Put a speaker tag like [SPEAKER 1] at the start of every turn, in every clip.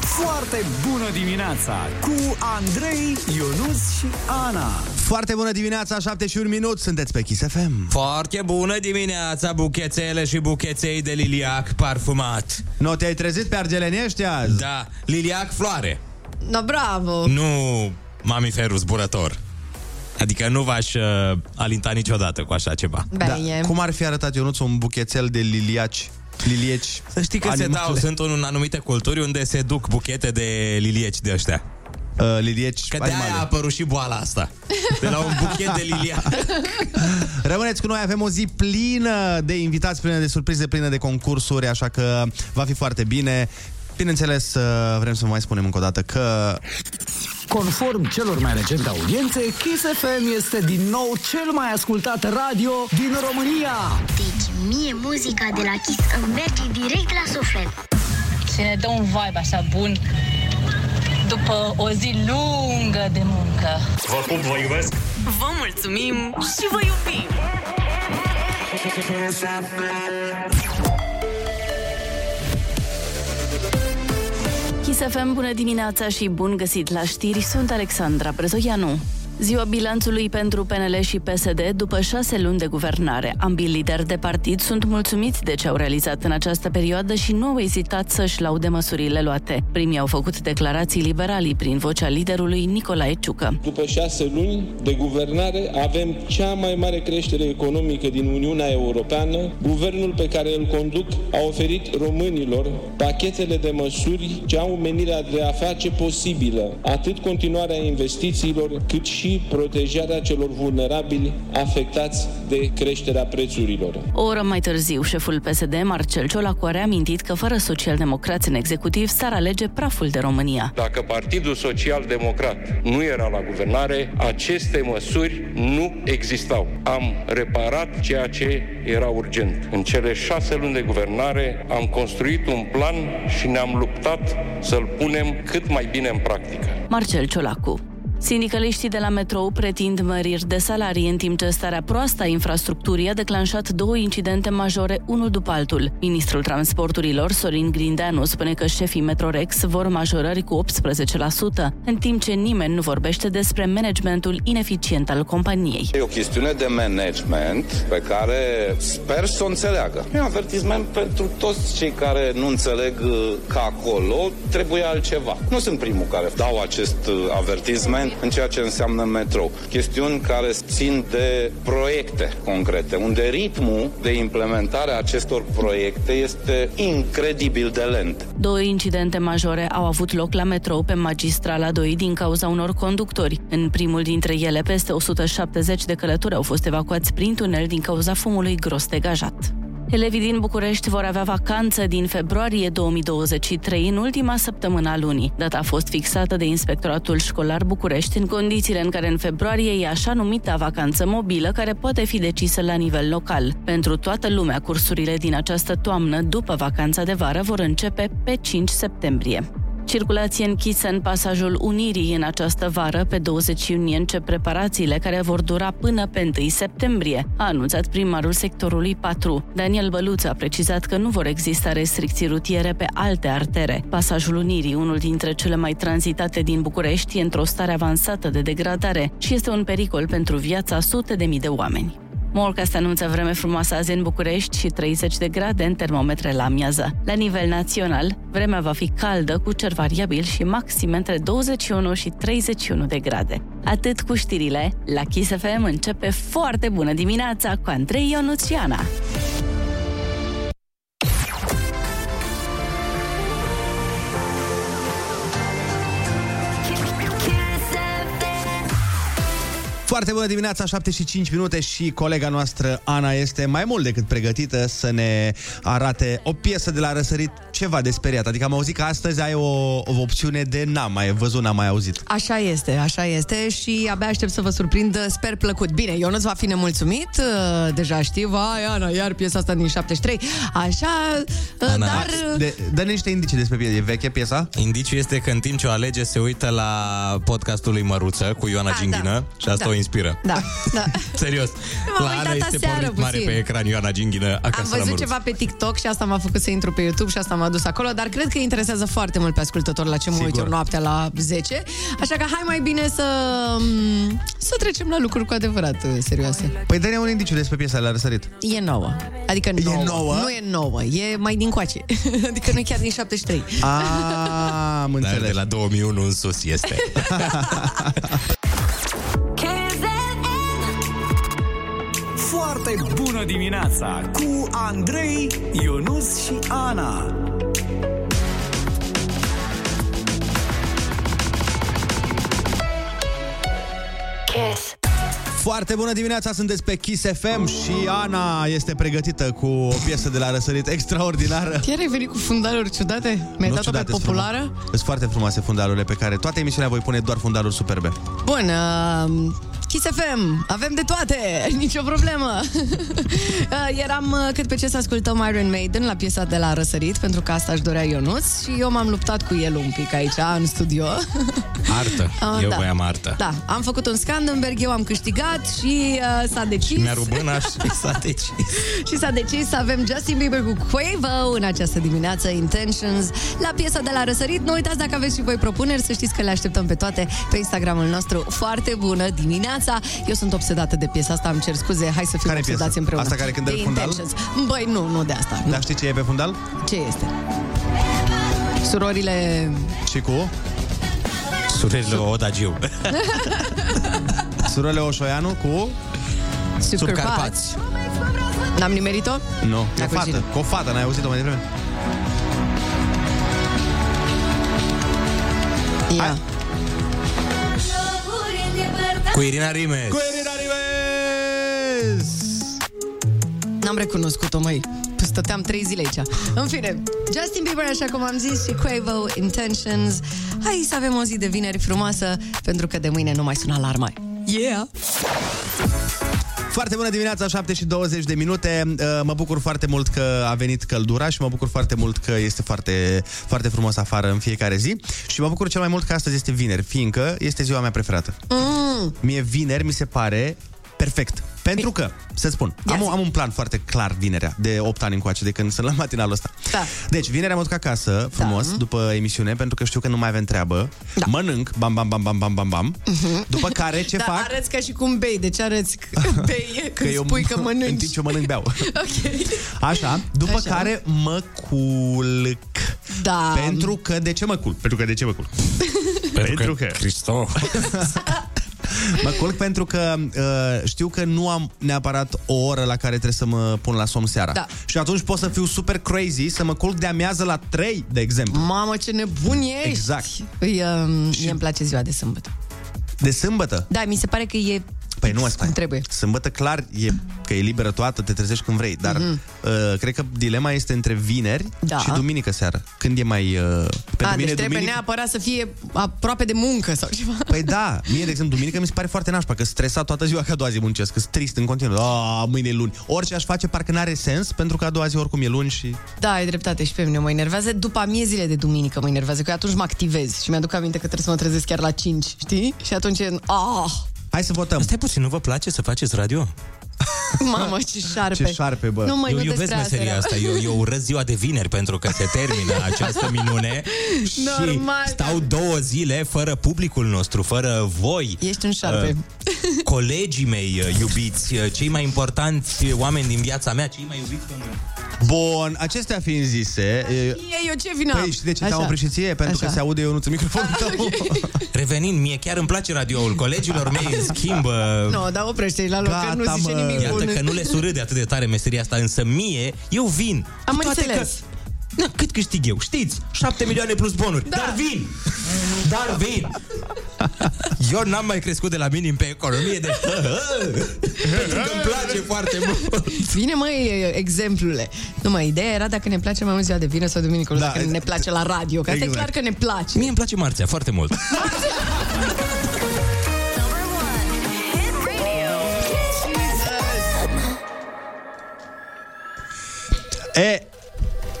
[SPEAKER 1] Foarte bună dimineața cu Andrei, Ionus și Ana.
[SPEAKER 2] Foarte bună dimineața, 7 și un minut, sunteți pe Kiss FM.
[SPEAKER 3] Foarte bună dimineața, buchețele și bucheței de liliac parfumat.
[SPEAKER 2] Nu te-ai trezit pe argelenești azi?
[SPEAKER 3] Da, liliac floare,
[SPEAKER 4] No, bravo!
[SPEAKER 3] nu mamiferul zburător. Adică nu v-aș uh, alinta niciodată cu așa ceva.
[SPEAKER 4] Bine.
[SPEAKER 2] Da. Cum ar fi arătat Ionuț un buchețel de liliaci? Lilieci.
[SPEAKER 3] Să știi că Animale. se dau, sunt în anumite culturi unde se duc buchete de lilieci de ăștia.
[SPEAKER 2] Uh, lilieci
[SPEAKER 3] Că de
[SPEAKER 2] animale.
[SPEAKER 3] aia a apărut și boala asta. De la un buchet de liliac.
[SPEAKER 2] Rămâneți cu noi, avem o zi plină de invitați, plină de surprize, plină de concursuri, așa că va fi foarte bine. Bineînțeles, uh, vrem să vă mai spunem încă o dată că
[SPEAKER 1] Conform celor mai recente audiențe, Kiss FM este din nou cel mai ascultat radio din România.
[SPEAKER 5] Deci mie muzica de la Kiss îmi merge direct la suflet.
[SPEAKER 6] și ne dă un vibe așa bun după o zi lungă de muncă.
[SPEAKER 7] Vă mulțumim și vă iubim!
[SPEAKER 8] Kiss FM, bună dimineața și bun găsit la știri, sunt Alexandra Brezoianu. Ziua bilanțului pentru PNL și PSD după șase luni de guvernare. Ambii lideri de partid sunt mulțumiți de ce au realizat în această perioadă și nu au ezitat să-și laude măsurile luate. Primii au făcut declarații liberalii prin vocea liderului Nicolae Ciucă.
[SPEAKER 9] După șase luni de guvernare avem cea mai mare creștere economică din Uniunea Europeană. Guvernul pe care îl conduc a oferit românilor pachetele de măsuri ce au menirea de a face posibilă atât continuarea investițiilor cât și protejarea celor vulnerabili afectați de creșterea prețurilor.
[SPEAKER 8] O oră mai târziu, șeful PSD, Marcel Ciolacu, a reamintit că fără socialdemocrați în executiv s-ar alege praful de România.
[SPEAKER 10] Dacă Partidul Social Democrat nu era la guvernare, aceste măsuri nu existau. Am reparat ceea ce era urgent. În cele șase luni de guvernare am construit un plan și ne-am luptat să-l punem cât mai bine în practică.
[SPEAKER 8] Marcel Ciolacu. Sindicaliștii de la metrou pretind măriri de salarii în timp ce starea proastă a infrastructurii a declanșat două incidente majore, unul după altul. Ministrul transporturilor, Sorin Grindeanu, spune că șefii Metrorex vor majorări cu 18%, în timp ce nimeni nu vorbește despre managementul ineficient al companiei.
[SPEAKER 9] E o chestiune de management pe care sper să o înțeleagă. E un avertisment pentru toți cei care nu înțeleg uh, că acolo trebuie altceva. Nu sunt primul care dau acest uh, avertisment în ceea ce înseamnă metro. Chestiuni care țin de proiecte concrete, unde ritmul de implementare a acestor proiecte este incredibil de lent.
[SPEAKER 8] Două incidente majore au avut loc la metrou pe magistrala 2 din cauza unor conductori. În primul dintre ele, peste 170 de călători au fost evacuați prin tunel din cauza fumului gros degajat. Elevii din București vor avea vacanță din februarie 2023 în ultima săptămână a lunii. Data a fost fixată de Inspectoratul Școlar București în condițiile în care în februarie e așa numita vacanță mobilă care poate fi decisă la nivel local. Pentru toată lumea, cursurile din această toamnă după vacanța de vară vor începe pe 5 septembrie. Circulație închisă în pasajul Unirii în această vară, pe 20 iunie încep preparațiile care vor dura până pe 1 septembrie, a anunțat primarul sectorului 4. Daniel Băluță a precizat că nu vor exista restricții rutiere pe alte artere. Pasajul Unirii, unul dintre cele mai tranzitate din București, e într-o stare avansată de degradare și este un pericol pentru viața a sute de mii de oameni. Morca se anunță vreme frumoasă azi în București și 30 de grade în termometre la amiază. La nivel național, vremea va fi caldă cu cer variabil și maxim între 21 și 31 de grade. Atât cu știrile, la Kiss FM începe foarte bună dimineața cu Andrei Ionuț și Ana.
[SPEAKER 2] Foarte bună dimineața, 75 minute și colega noastră Ana este mai mult decât pregătită să ne arate o piesă de la răsărit ceva de speriat. Adică am auzit că astăzi ai o, o opțiune de n-am mai văzut, n-am mai auzit.
[SPEAKER 4] Așa este, așa este și abia aștept să vă surprind, sper plăcut. Bine, eu nu-ți va fi nemulțumit, uh, deja știu, vai, Ana, iar piesa asta din 73, așa, uh,
[SPEAKER 3] Ana,
[SPEAKER 4] dar... uh,
[SPEAKER 2] De, dă niște indicii despre piesă. E veche piesa?
[SPEAKER 3] Indiciul este că în timp ce o alege se uită la podcastul lui Măruță cu Ioana
[SPEAKER 4] Ah, da.
[SPEAKER 3] Ginghină și asta
[SPEAKER 4] Da.
[SPEAKER 3] o inspiră.
[SPEAKER 4] Da, da.
[SPEAKER 3] Serios.
[SPEAKER 4] M-am
[SPEAKER 3] la
[SPEAKER 4] uitat
[SPEAKER 3] Ana este
[SPEAKER 4] aseară
[SPEAKER 3] pornit mare
[SPEAKER 4] puțin.
[SPEAKER 3] pe ecran Ioana Ginghină acasă
[SPEAKER 4] Am
[SPEAKER 3] la
[SPEAKER 4] văzut
[SPEAKER 3] Măruță.
[SPEAKER 4] ceva pe TikTok și asta m-a făcut să intru pe YouTube și asta m-a adus acolo, dar cred că interesează foarte mult pe ascultător la ce mă uit
[SPEAKER 2] Sigur.
[SPEAKER 4] eu noaptea la 10. Așa că hai mai bine să, m, să trecem la lucruri cu adevărat eh, serioase.
[SPEAKER 2] Păi dă-ne un indiciu despre piesa la răsărit.
[SPEAKER 4] E nouă. Adică nouă.
[SPEAKER 2] nouă?
[SPEAKER 4] Nu e nouă, e mai din coace. adică nu e chiar din 73.
[SPEAKER 2] A, Ah, am
[SPEAKER 3] Dar de la 2001 în sus este.
[SPEAKER 1] Foarte bună dimineața cu Andrei, Ionus și Ana.
[SPEAKER 2] Foarte bună dimineața, sunteți pe Kiss FM și Ana este pregătită cu o piesă de la răsărit extraordinară.
[SPEAKER 4] Chiar ai venit cu fundaluri ciudate? Mi-ai
[SPEAKER 2] Nu
[SPEAKER 4] dat-o pe
[SPEAKER 2] ciudate, sunt
[SPEAKER 4] populară?
[SPEAKER 2] frumo- Sunt foarte frumoase fundalurile pe care toate emisiunea voi pune doar fundaluri superbe.
[SPEAKER 4] Bun, uh, Kiss FM, avem de toate, nicio problemă. Uh, Eram uh, cât pe ce să ascultăm Iron Maiden la piesa de la Răsărit, pentru că asta își dorea Ionuț și eu m-am luptat cu el un pic aici, în studio.
[SPEAKER 3] Artă.
[SPEAKER 4] Ah,
[SPEAKER 3] Eu
[SPEAKER 4] da.
[SPEAKER 3] voiam artă.
[SPEAKER 4] Da, am făcut un Scandenberg, eu am câștigat și uh, s-a decis.
[SPEAKER 3] Mi-a rubâna și s-a decis.
[SPEAKER 4] Și s-a decis să avem Justin Bieber cu Quavo în această dimineață, Intentions, la piesa de la răsărit. Nu uitați dacă aveți și voi propuneri, să știți că le așteptăm pe toate pe Instagramul nostru. Foarte bună dimineața! Eu sunt obsedată de piesa asta, îmi cer scuze, hai să fim
[SPEAKER 2] Care
[SPEAKER 4] obsedați
[SPEAKER 2] piesă?
[SPEAKER 4] împreună.
[SPEAKER 2] Asta care cântă
[SPEAKER 4] de
[SPEAKER 2] în fundal?
[SPEAKER 4] Intentions. Băi, nu, nu de asta.
[SPEAKER 2] Dar știi ce e pe fundal?
[SPEAKER 4] Ce este? Surorile...
[SPEAKER 2] Și cu?
[SPEAKER 3] Surelă Odagiu.
[SPEAKER 2] Surele Oșoianu cu?
[SPEAKER 4] Subcarpați. N-am nimerit-o?
[SPEAKER 2] Nu, cu o
[SPEAKER 4] Dacă
[SPEAKER 2] fată.
[SPEAKER 4] știi.
[SPEAKER 2] Cu o fată, n-ai auzit-o mai devreme?
[SPEAKER 4] Ia.
[SPEAKER 3] Cu Irina Rimes.
[SPEAKER 2] Cu Irina Rimes!
[SPEAKER 4] N-am recunoscut-o, mai. Stăteam trei zile aici. În fine, Justin Bieber, așa cum am zis, și Quavo, Intentions. Hai să avem o zi de vineri frumoasă, pentru că de mâine nu mai sună alarma. Yeah!
[SPEAKER 2] Foarte bună dimineața, 7 și 20 de minute. Uh, Mă bucur foarte mult că a venit căldura și mă bucur foarte mult că este foarte, foarte frumos afară în fiecare zi. Și mă bucur cel mai mult că astăzi este vineri, fiindcă este ziua mea preferată.
[SPEAKER 4] Mm.
[SPEAKER 2] Mie vineri mi se pare perfect. Pentru că, să spun, am, un- am un plan foarte clar vinerea, de 8 ani încoace, de când sunt la matinalul ăsta.
[SPEAKER 4] Da.
[SPEAKER 2] Deci, vinerea mă duc acasă, frumos, da. după emisiune, pentru că știu că nu mai avem treabă. Da. Mănânc, bam, bam, bam, bam, bam, bam, bam. După care, ce
[SPEAKER 4] da,
[SPEAKER 2] fac?
[SPEAKER 4] arăți ca și cum bei. De ce arăți că bei când spui că
[SPEAKER 2] În
[SPEAKER 4] mănânci?
[SPEAKER 2] timp ce mănânc, beau.
[SPEAKER 4] Ok.
[SPEAKER 2] Așa, după
[SPEAKER 4] Așa.
[SPEAKER 2] Așa. care mă culc.
[SPEAKER 4] Da.
[SPEAKER 2] Pentru că de ce mă culc? Pentru că de ce mă culc? Pentru că-
[SPEAKER 3] Cristo.
[SPEAKER 2] Mă culc pentru că uh, știu că nu am neapărat o oră la care trebuie să mă pun la somn seara.
[SPEAKER 4] Da.
[SPEAKER 2] Și atunci pot să fiu super crazy, să mă culc de amiază la 3, de exemplu.
[SPEAKER 4] Mamă, ce nebun ești!
[SPEAKER 2] Exact.
[SPEAKER 4] Îi, um, Mie îmi place ziua de sâmbătă.
[SPEAKER 2] De sâmbătă.
[SPEAKER 4] Da, mi se pare că e...
[SPEAKER 2] Păi nu asta
[SPEAKER 4] cum
[SPEAKER 2] e.
[SPEAKER 4] trebuie.
[SPEAKER 2] Sâmbătă clar e că e liberă toată, te trezești când vrei, dar mm-hmm. uh, cred că dilema este între vineri
[SPEAKER 4] Mhm. Da.
[SPEAKER 2] și duminică seara. Când e mai uh, pe
[SPEAKER 4] A,
[SPEAKER 2] mine
[SPEAKER 4] deci trebuie neapărat să fie aproape de muncă sau ceva.
[SPEAKER 2] Păi da, mie, de exemplu, duminică mi se pare foarte nașpa, că stresat toată ziua că a doua zi muncesc, că sunt trist în continuu. A, mâine e luni. Orice aș face, parcă n-are sens, pentru că a doua zi oricum e luni și...
[SPEAKER 4] Da, ai dreptate și pe mine mă enervează. După amiezile de duminică mă enervează, că eu atunci mă activez și mi-aduc aminte că trebuie să mă trezesc chiar la 5, știi? Și atunci e... Ah,
[SPEAKER 2] Hai să votăm.
[SPEAKER 3] Stai puțin, nu vă place să faceți radio?
[SPEAKER 4] mamă, ce șarpe!
[SPEAKER 2] Ce șarpe, bă.
[SPEAKER 4] Nu, mă,
[SPEAKER 3] eu
[SPEAKER 4] nu
[SPEAKER 3] iubesc
[SPEAKER 4] despre asta da.
[SPEAKER 3] meseria
[SPEAKER 4] era.
[SPEAKER 3] asta, eu, eu urăz ziua de vineri pentru că se termină această minune
[SPEAKER 4] Normal. da.
[SPEAKER 3] și stau două zile fără publicul nostru, fără voi.
[SPEAKER 4] Ești un șarpe.
[SPEAKER 3] Uh, colegii mei uh, iubiți, uh, cei mai importanți oameni din viața mea, cei mai iubiți oameni.
[SPEAKER 2] Bun, acestea fiind zise... E...
[SPEAKER 4] Ei, eu ce vină am?
[SPEAKER 2] Păi știi de ce te-am
[SPEAKER 4] Așa.
[SPEAKER 2] oprit și ție? Pentru
[SPEAKER 4] Așa.
[SPEAKER 2] că se aude eu nu microfonul tău.
[SPEAKER 3] Revenind, mie chiar îmi place radioul colegilor mei, în schimb, uh,
[SPEAKER 4] Nu, no, dar oprește-i la loc,
[SPEAKER 2] Gata,
[SPEAKER 4] că nu zice
[SPEAKER 2] mă.
[SPEAKER 4] nimic
[SPEAKER 3] iată
[SPEAKER 4] bun.
[SPEAKER 3] că nu le surâde atât de tare meseria asta, însă mie, eu vin.
[SPEAKER 4] Am
[SPEAKER 3] Cu toate
[SPEAKER 4] înțeles.
[SPEAKER 3] Că, na, cât câștig eu? Știți, 7 milioane plus bonuri. Da. Dar vin! Dar vin! Eu n-am mai crescut de la minim pe economie, deci... pentru că îmi place foarte mult.
[SPEAKER 4] Vine, măi, exemplule. Nu, mă, ideea era dacă ne place mai mult ziua de vină sau duminică, nu
[SPEAKER 2] Da,
[SPEAKER 4] dacă
[SPEAKER 2] e-
[SPEAKER 4] ne place la radio, că asta e
[SPEAKER 2] exact.
[SPEAKER 4] clar că ne place.
[SPEAKER 3] Mie îmi place marțea foarte mult.
[SPEAKER 2] e,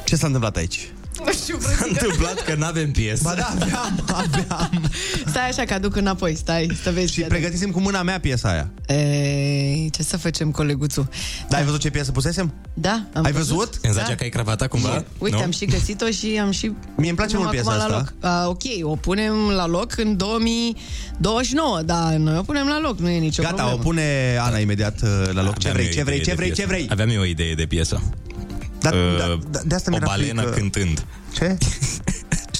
[SPEAKER 2] ce s-a întâmplat aici?
[SPEAKER 11] Nu știu, vreau să
[SPEAKER 3] S-a
[SPEAKER 11] zic.
[SPEAKER 3] întâmplat că n-avem piesă. Ba
[SPEAKER 2] da, aveam, aveam.
[SPEAKER 11] Stai așa că aduc înapoi, stai, să vezi. Și
[SPEAKER 2] pregătisim cu mâna mea piesa aia.
[SPEAKER 11] Ei, ce să facem, coleguțul?
[SPEAKER 2] Dar ai văzut ce piesă pusesem?
[SPEAKER 11] Da, am
[SPEAKER 2] ai văzut?
[SPEAKER 11] Da.
[SPEAKER 3] ai cravata
[SPEAKER 2] cumva?
[SPEAKER 11] Uite, am și găsit-o și am și...
[SPEAKER 2] Mie îmi place
[SPEAKER 11] punem
[SPEAKER 2] mult piesa
[SPEAKER 11] acum
[SPEAKER 2] asta.
[SPEAKER 11] La loc. A, ok, o punem la loc în 2029, dar noi o punem la loc, nu e nicio
[SPEAKER 2] Gata,
[SPEAKER 11] problemă.
[SPEAKER 2] o pune Ana imediat uh, la loc. Ce vrei, ce vrei, ce vrei, ce vrei?
[SPEAKER 3] Aveam eu o idee de piesă.
[SPEAKER 2] Da,
[SPEAKER 3] uh,
[SPEAKER 2] da, de
[SPEAKER 3] o
[SPEAKER 2] asta mi-era
[SPEAKER 3] balenă
[SPEAKER 2] frică.
[SPEAKER 3] cântând.
[SPEAKER 2] Ce?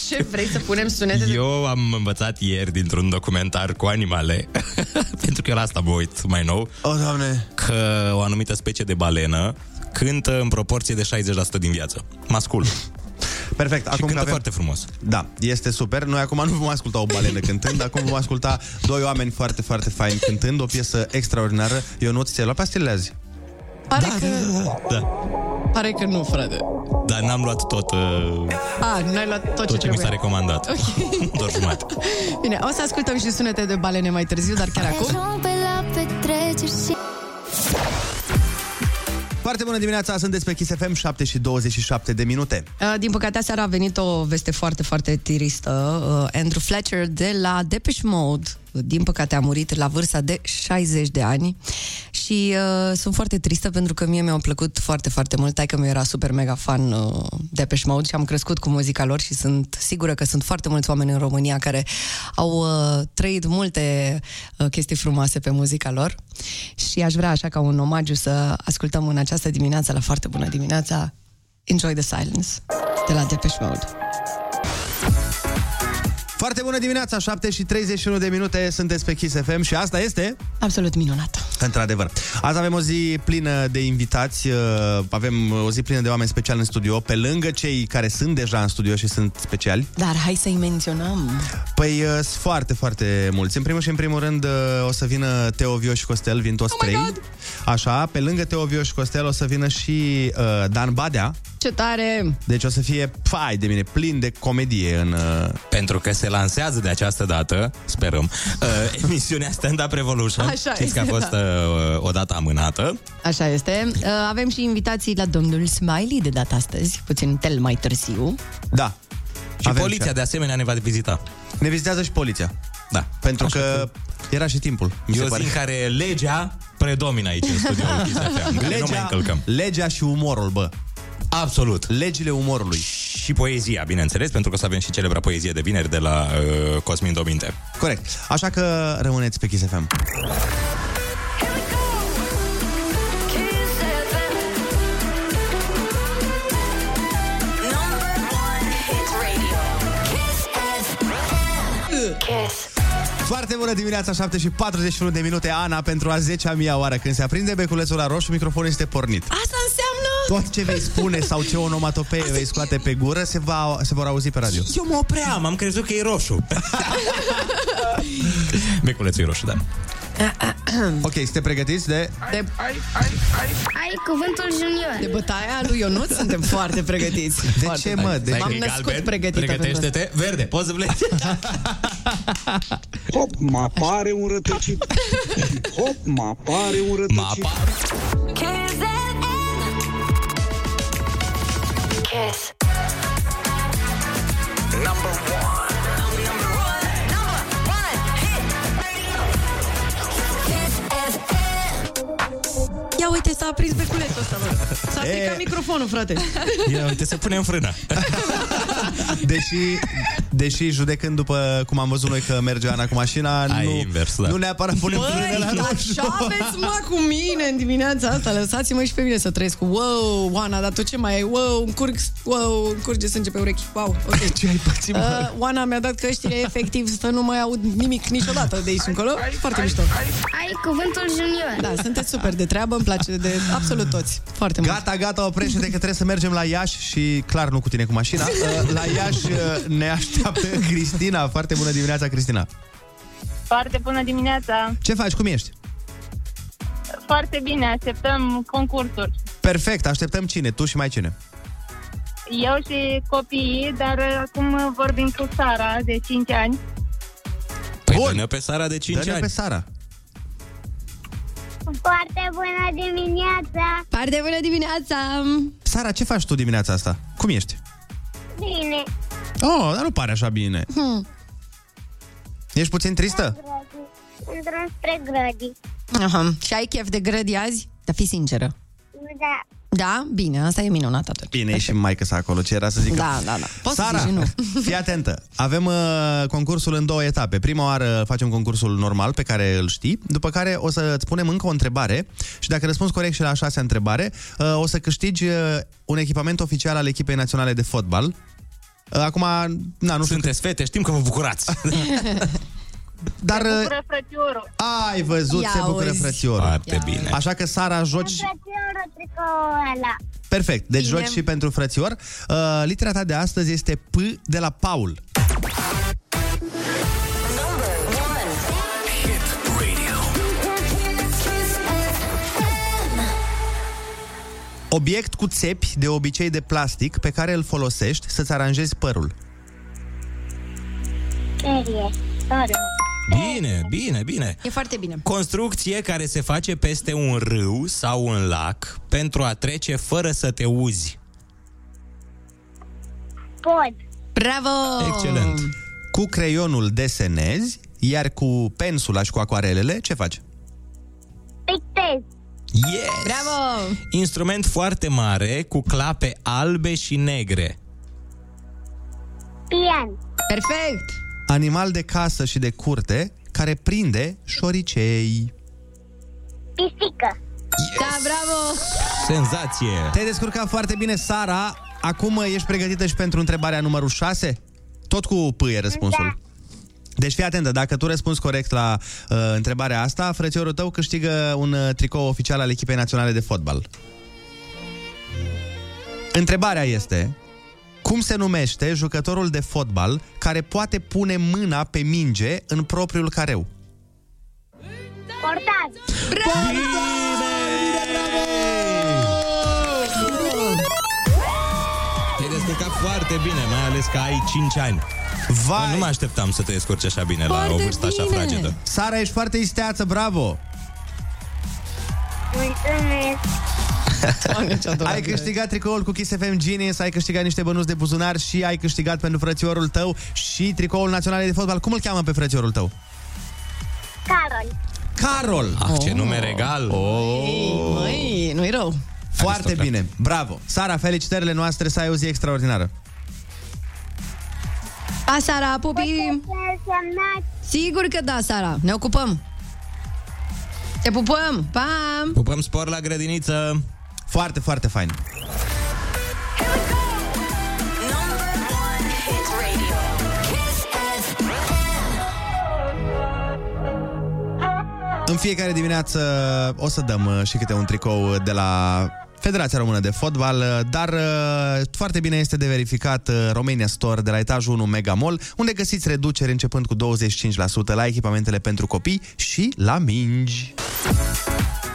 [SPEAKER 11] Ce vrei să punem sunete? de-
[SPEAKER 3] Eu am învățat ieri dintr-un documentar cu animale, pentru că eu la asta mă uit mai nou,
[SPEAKER 2] oh, doamne.
[SPEAKER 3] că o anumită specie de balenă cântă în proporție de 60% din viață. Mascul.
[SPEAKER 2] Perfect.
[SPEAKER 3] Și cântă foarte frumos.
[SPEAKER 2] Da, este super. Noi acum nu vom asculta o balenă cântând, acum vom asculta doi oameni foarte, foarte faini cântând, o piesă extraordinară. Eu nu ți-ai luat pastilele azi.
[SPEAKER 11] Pare, că,
[SPEAKER 3] Da.
[SPEAKER 11] pare că nu, frate.
[SPEAKER 3] Dar n-am luat tot, uh,
[SPEAKER 11] A, nu ai luat tot,
[SPEAKER 3] tot
[SPEAKER 11] ce
[SPEAKER 3] ce, ce mi s-a
[SPEAKER 11] trebuia.
[SPEAKER 3] recomandat.
[SPEAKER 11] Ok.
[SPEAKER 3] Doar jumătate.
[SPEAKER 11] Bine, o să ascultăm și sunete de balene mai târziu, dar chiar acum...
[SPEAKER 2] Foarte bună dimineața, sunt pe Kiss FM, 7 și 27 de minute.
[SPEAKER 4] Uh, Din păcate, aseară a venit o veste foarte, foarte tristă. Uh, Andrew Fletcher de la Depeche Mode, din păcate, a murit la vârsta de 60 de ani și uh, sunt foarte tristă pentru că mie mi-au plăcut foarte, foarte mult. Tai că mi era super mega fan uh, Depeche Mode și am crescut cu muzica lor și sunt sigură că sunt foarte mulți oameni în România care au uh, trăit multe uh, chestii frumoase pe muzica lor și aș vrea așa ca un omagiu să ascultăm în această dimineață la foarte bună dimineața Enjoy the Silence de la Depeche Mode.
[SPEAKER 2] Foarte bună dimineața, 7 și 31 de minute, sunteți pe Kiss FM și asta este...
[SPEAKER 11] Absolut minunat.
[SPEAKER 2] Într-adevăr. Azi avem o zi plină de invitați, uh, avem o zi plină de oameni speciali în studio, pe lângă cei care sunt deja în studio și sunt speciali.
[SPEAKER 11] Dar hai să-i menționăm.
[SPEAKER 2] Păi uh, sunt foarte, foarte mulți. În primul și în primul rând uh, o să vină Teo, Vio și Costel, vin toți oh trei. Așa, pe lângă Teo, Vio și Costel o să vină și uh, Dan Badea.
[SPEAKER 11] Ce tare!
[SPEAKER 2] Deci o să fie, fai de mine, plin de comedie în... Uh...
[SPEAKER 3] Pentru că se lansează de această dată, sperăm, uh, emisiunea Stand Up Revolution.
[SPEAKER 11] Așa
[SPEAKER 3] Știți că a
[SPEAKER 11] este,
[SPEAKER 3] fost
[SPEAKER 11] da.
[SPEAKER 3] uh, o dată amânată.
[SPEAKER 4] Așa este. Uh, Avem și invitații la domnul Smiley de data astăzi, puțin tel mai târziu.
[SPEAKER 2] Da.
[SPEAKER 3] Și poliția, de asemenea, ne va vizita.
[SPEAKER 2] Ne vizitează și poliția.
[SPEAKER 3] Da.
[SPEAKER 2] Pentru Așa că era și timpul. Mi
[SPEAKER 3] E
[SPEAKER 2] se
[SPEAKER 3] o zi
[SPEAKER 2] pare.
[SPEAKER 3] în care legea predomină aici în studioul Kiss FM. Legea... Nu mai încălcăm.
[SPEAKER 2] legea și umorul, bă.
[SPEAKER 3] Absolut.
[SPEAKER 2] Legile umorului.
[SPEAKER 3] Și poezia, bineînțeles, pentru că o să avem și celebra poezie de vineri de la uh, Cosmin Dominte.
[SPEAKER 2] Corect. Așa că rămâneți pe Kiss FM. Foarte bună dimineața, 7 și 41 de minute, Ana, pentru a 10-a mia oară. Când se aprinde beculețul la roșu, microfonul este pornit.
[SPEAKER 4] Asta înseamnă...
[SPEAKER 2] Tot ce vei spune sau ce onomatopee vei scoate pe gură se, va, se vor auzi pe radio.
[SPEAKER 3] Eu mă opream, am crezut că e roșu. Beculețul e roșu, da.
[SPEAKER 2] ok, sunteți pregătiți de...
[SPEAKER 11] De...
[SPEAKER 5] Ai cuvântul junior.
[SPEAKER 11] De bătaia lui Ionut suntem foarte pregătiți. De
[SPEAKER 2] ce, mă?
[SPEAKER 4] Deci,
[SPEAKER 2] De ce?
[SPEAKER 11] M-am născut pregătită. pentru
[SPEAKER 3] Pregătește-te, verde, poți să pleci.
[SPEAKER 12] Hop, mă apare un rătăcit. Hop, mă apare un rătăcit. Mă apare.
[SPEAKER 11] Ia uite, s-a aprins beculețul ăsta, mă. S-a
[SPEAKER 2] E.
[SPEAKER 11] stricat microfonul, frate.
[SPEAKER 3] Ia uite, se pune în frână.
[SPEAKER 2] Deși, deși judecând după cum am văzut noi că merge Ana cu mașina,
[SPEAKER 3] Ai
[SPEAKER 2] nu,
[SPEAKER 3] invers, da.
[SPEAKER 2] nu neapărat punem frâne la
[SPEAKER 11] Băi,
[SPEAKER 2] roșu.
[SPEAKER 11] așa aveți mă cu mine în dimineața asta Lăsați-mă și pe mine să trăiesc Wow, Oana, dar tu ce mai ai? Wow, îmi curg, wow, îmi curge sânge pe urechi Wow, ok
[SPEAKER 2] Ce ai pățit,
[SPEAKER 11] uh, Oana mi-a dat căștile efectiv Să nu mai aud nimic niciodată de aici încolo Foarte mișto
[SPEAKER 5] Ai cuvântul junior.
[SPEAKER 11] Da, sunteți super de treabă, îmi place de absolut toți Foarte mult
[SPEAKER 2] Gata, gata, oprește-te că trebuie să mergem la Iași și clar nu cu tine cu mașina. Uh, La Iași uh, ne așteaptă Cristina. Foarte bună dimineața, Cristina.
[SPEAKER 13] Foarte bună dimineața!
[SPEAKER 2] Ce faci? Cum ești?
[SPEAKER 13] Foarte bine, așteptăm concursuri.
[SPEAKER 2] Perfect, așteptăm cine? Tu și mai cine?
[SPEAKER 13] Eu și copiii, dar uh, acum vorbim cu Sara, de 5 ani.
[SPEAKER 3] Păi dă pe Sara de 5
[SPEAKER 2] Dă-ne
[SPEAKER 3] ani.
[SPEAKER 2] pe Sara.
[SPEAKER 5] Foarte bună dimineața.
[SPEAKER 4] Par de bună dimineața!
[SPEAKER 2] Sara, ce faci tu dimineața asta? Cum ești?
[SPEAKER 5] Bine.
[SPEAKER 2] Oh, dar nu pare așa bine.
[SPEAKER 5] Hmm.
[SPEAKER 2] Ești puțin tristă?
[SPEAKER 5] În drum spre grădii.
[SPEAKER 4] Aha. Și ai chef de grădi azi? Dar fi sinceră.
[SPEAKER 5] Da.
[SPEAKER 4] Da? Bine, asta e minunat atunci.
[SPEAKER 2] Bine, e și maică sa acolo, ce era să zic.
[SPEAKER 4] Da, da, da. Poți să
[SPEAKER 2] Sara,
[SPEAKER 4] zici și nu.
[SPEAKER 2] fii atentă. Avem uh, concursul în două etape. Prima oară facem concursul normal, pe care îl știi, după care o să îți punem încă o întrebare și dacă răspunzi corect și la a șasea întrebare, uh, o să câștigi uh, un echipament oficial al echipei naționale de fotbal. Uh, acum, na, nu Sunteți
[SPEAKER 3] fete, știm că vă bucurați.
[SPEAKER 2] Dar uh,
[SPEAKER 13] Bucură frățiorul.
[SPEAKER 2] ai văzut,
[SPEAKER 13] Ia
[SPEAKER 2] se bucură
[SPEAKER 13] auzi.
[SPEAKER 2] frățiorul. Foarte bine. Așa că, Sara, joci...
[SPEAKER 5] Frățiorul tricoul ăla.
[SPEAKER 2] Perfect, deci
[SPEAKER 5] Bine.
[SPEAKER 2] joci și pentru frățior. Uh, litera ta de astăzi este P de la Paul. Obiect cu țepi, de obicei de plastic, pe care îl folosești să-ți aranjezi părul.
[SPEAKER 5] Serie.
[SPEAKER 3] Bine, bine, bine.
[SPEAKER 4] E foarte bine.
[SPEAKER 3] Construcție care se face peste un râu sau un lac pentru a trece fără să te uzi.
[SPEAKER 5] Pod.
[SPEAKER 4] Bravo!
[SPEAKER 2] Excelent. Cu creionul desenezi, iar cu pensula și cu acuarelele, ce faci?
[SPEAKER 5] Pictez.
[SPEAKER 3] Yes!
[SPEAKER 4] Bravo!
[SPEAKER 3] Instrument foarte mare cu clape albe și negre.
[SPEAKER 5] Pian.
[SPEAKER 4] Perfect!
[SPEAKER 2] Animal de casă și de curte care prinde șoricei.
[SPEAKER 5] Pisică.
[SPEAKER 4] Da, bravo!
[SPEAKER 3] Senzație!
[SPEAKER 2] Te-ai descurcat foarte bine, Sara. Acum ești pregătită și pentru întrebarea numărul 6? Tot cu P e răspunsul. Deci fii atentă, dacă tu răspunzi corect la uh, întrebarea asta, frățiorul tău câștigă un uh, tricou oficial al echipei naționale de fotbal. Întrebarea este, cum se numește jucătorul de fotbal care poate pune mâna pe minge în propriul careu?
[SPEAKER 5] Portar.
[SPEAKER 3] Te-ai descurcat foarte bine, mai ales că ai 5 ani. Vai. Nu mă așteptam să te descurci așa bine la o vârstă așa fragedă.
[SPEAKER 2] Sara, ești foarte isteață, bravo!
[SPEAKER 5] Mulțumesc.
[SPEAKER 2] ai câștigat tricoul cu Kiss FM Genius, ai câștigat niște bănuți de buzunar și ai câștigat pentru frățiorul tău și tricoul național de fotbal. Cum îl cheamă pe frățiorul tău?
[SPEAKER 5] Carol.
[SPEAKER 2] Carol!
[SPEAKER 3] Ah, ce nume regal!
[SPEAKER 2] Oh.
[SPEAKER 4] Măi, nu-i rău.
[SPEAKER 2] Foarte bine,
[SPEAKER 3] da.
[SPEAKER 2] bravo! Sara, felicitările noastre, să ai o zi extraordinară!
[SPEAKER 4] Pa, Sara, pupi! Sigur că da, Sara. Ne ocupăm. Te pupăm! Pam!
[SPEAKER 3] Pupăm spor la grădiniță!
[SPEAKER 2] Foarte, foarte fain! În fiecare dimineață o să dăm uh, și câte un tricou de la Federația Română de Fotbal, uh, dar uh, foarte bine este de verificat uh, Romania Store de la etajul 1 Mega Mall, unde găsiți reduceri începând cu 25% la echipamentele pentru copii și la mingi.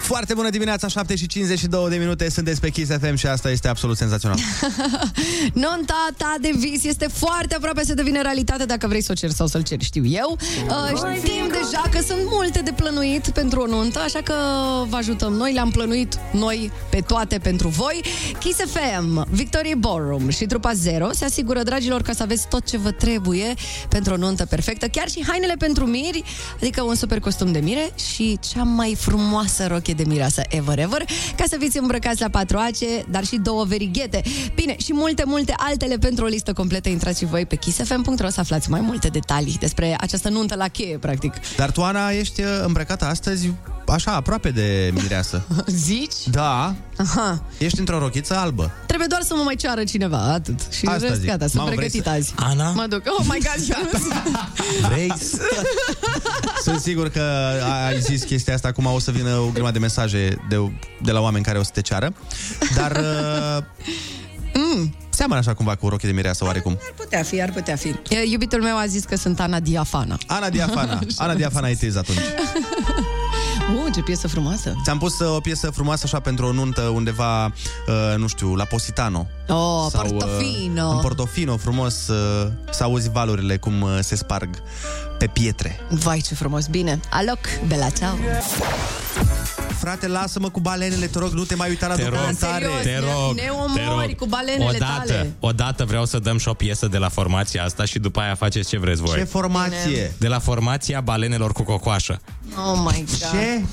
[SPEAKER 2] Foarte bună dimineața, 7 și 52 de minute, sunteți pe Kiss FM și asta este absolut senzațional.
[SPEAKER 4] Nonta ta de vis este foarte aproape să devină realitate dacă vrei să o ceri sau să-l ceri, știu eu. Uh, Știm deja că sunt multe de plănuit pentru o nuntă, așa că vă ajutăm noi, le-am plănuit noi pe toate pentru voi. Kiss FM, Victorie Ballroom și trupa 0 se asigură, dragilor, ca să aveți tot ce vă trebuie pentru o nuntă perfectă, chiar și hainele pentru miri, adică un super costum de mire și cea mai frumoasă rochie de mireasă ever, ever, ca să fiți îmbrăcați la patru ace, dar și două verighete. Bine, și multe, multe altele pentru o listă completă intrați și voi pe kissfm.ro să aflați mai multe detalii despre această nuntă la cheie, practic.
[SPEAKER 2] Dar tu, Ana, ești uh, îmbrăcată astăzi așa, aproape de mireasă.
[SPEAKER 4] Zici?
[SPEAKER 2] Da,
[SPEAKER 4] Aha.
[SPEAKER 2] ești într-o rochiță albă.
[SPEAKER 4] Trebuie doar să mă mai ceară cineva, atât. Și
[SPEAKER 2] Asta
[SPEAKER 4] Asta rest,
[SPEAKER 2] zic.
[SPEAKER 4] gata, sunt
[SPEAKER 2] Mamă, vrei
[SPEAKER 4] pregătit
[SPEAKER 2] să-
[SPEAKER 4] azi.
[SPEAKER 3] Ana?
[SPEAKER 4] Mă duc. Oh my God, Ionuț.
[SPEAKER 3] Vrei să...
[SPEAKER 2] Sunt sigur că ai zis chestia asta, acum o să vină o grămadă de mesaje de, de la oameni care o să te ceară, dar uh,
[SPEAKER 4] Mm.
[SPEAKER 2] seamănă așa cumva cu rochie de mireasă oarecum.
[SPEAKER 4] Putea fi, ar putea fi. Iubitul meu a zis că sunt Ana Diafana.
[SPEAKER 2] Ana Diafana, Ana Diafana it is atunci.
[SPEAKER 4] Uh, ce piesă frumoasă.
[SPEAKER 2] Ți-am pus uh, o piesă frumoasă așa pentru o nuntă undeva, uh, nu știu, la Positano.
[SPEAKER 4] Oh,
[SPEAKER 2] Sau,
[SPEAKER 4] Portofino.
[SPEAKER 2] Uh, în Portofino, frumos, uh, să auzi valurile cum uh, se sparg pe pietre.
[SPEAKER 4] Vai, ce frumos, bine. Aloc, bela, ceau.
[SPEAKER 2] frate, lasă-mă cu balenele, te rog, nu te mai uita la
[SPEAKER 3] Te rog,
[SPEAKER 2] documentare.
[SPEAKER 3] te rog,
[SPEAKER 11] ne
[SPEAKER 3] te
[SPEAKER 11] omori
[SPEAKER 3] rog.
[SPEAKER 11] cu balenele
[SPEAKER 3] odată,
[SPEAKER 11] tale.
[SPEAKER 3] Odată vreau să dăm și o piesă de la formația asta și după aia faceți ce vreți voi.
[SPEAKER 2] Ce formație?
[SPEAKER 3] De la formația balenelor cu cocoașă.
[SPEAKER 11] Oh my god.
[SPEAKER 2] Ce?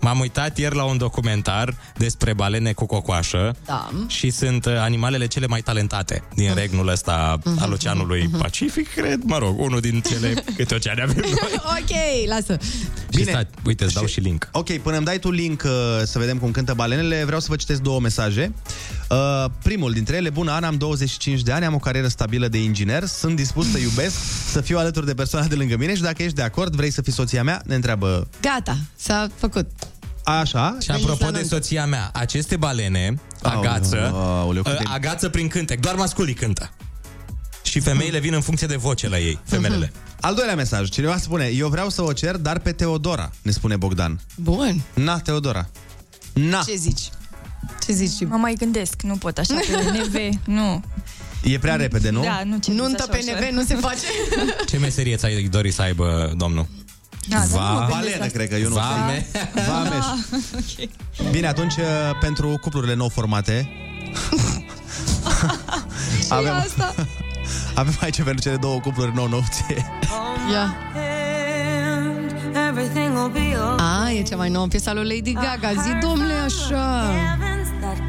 [SPEAKER 3] M-am uitat ieri la un documentar despre balene cu cocoașă
[SPEAKER 11] Da.
[SPEAKER 3] și sunt uh, animalele cele mai talentate din
[SPEAKER 2] Mm.
[SPEAKER 3] regnul ăsta
[SPEAKER 2] Mm-hmm.
[SPEAKER 3] al Oceanului Pacific, cred, mă rog, unul din cele câte oceane avem noi.
[SPEAKER 11] ok, lasă.
[SPEAKER 2] Bine.
[SPEAKER 3] uite, îți dau și link.
[SPEAKER 2] Ok, până îmi dai tu link uh, să vedem cum cântă balenele, vreau să vă citesc două mesaje. Uh, primul dintre ele, bună Ana, am 25 de ani, am o carieră stabilă de inginer, sunt dispus să iubesc, să fiu alături de persoana de lângă mine și dacă ești de acord, vrei să fii soția mea, ne întreabă
[SPEAKER 11] Gata, s-a făcut.
[SPEAKER 2] Așa.
[SPEAKER 3] Și apropo de soția mea, aceste balene agață,
[SPEAKER 2] aoleu, cât
[SPEAKER 3] uh, agață prin cântec, doar masculii cântă. Și femeile
[SPEAKER 2] Mm.
[SPEAKER 3] vin în funcție de voce la ei, femelele.
[SPEAKER 2] Uh-huh. Al doilea mesaj, cineva spune, eu vreau să o cer, dar pe Teodora, ne spune Bogdan.
[SPEAKER 11] Bun.
[SPEAKER 2] Na, Teodora. Na,
[SPEAKER 11] Ce zici? Ce zici?
[SPEAKER 14] Mă mai gândesc, nu pot așa pe NV, nu.
[SPEAKER 2] e prea repede, nu?
[SPEAKER 14] Da, nu ce
[SPEAKER 11] Nuntă pe NV nu se face.
[SPEAKER 3] Ce meserie ți-ai dori să aibă domnul?
[SPEAKER 14] Da, dar nu mă
[SPEAKER 2] Va...
[SPEAKER 14] gândesc
[SPEAKER 2] Balenă,
[SPEAKER 14] la-
[SPEAKER 2] cred că eu nu
[SPEAKER 3] Vame.
[SPEAKER 2] Vameș.
[SPEAKER 14] ok.
[SPEAKER 2] Bine, atunci, uh, pentru cuplurile nou formate, avem,
[SPEAKER 14] asta?
[SPEAKER 2] avem aici pentru cele două cupluri nou nouțe.
[SPEAKER 11] Da. Ia. A, e cea mai nouă piesă lui Lady Gaga. Zi, domnule, așa.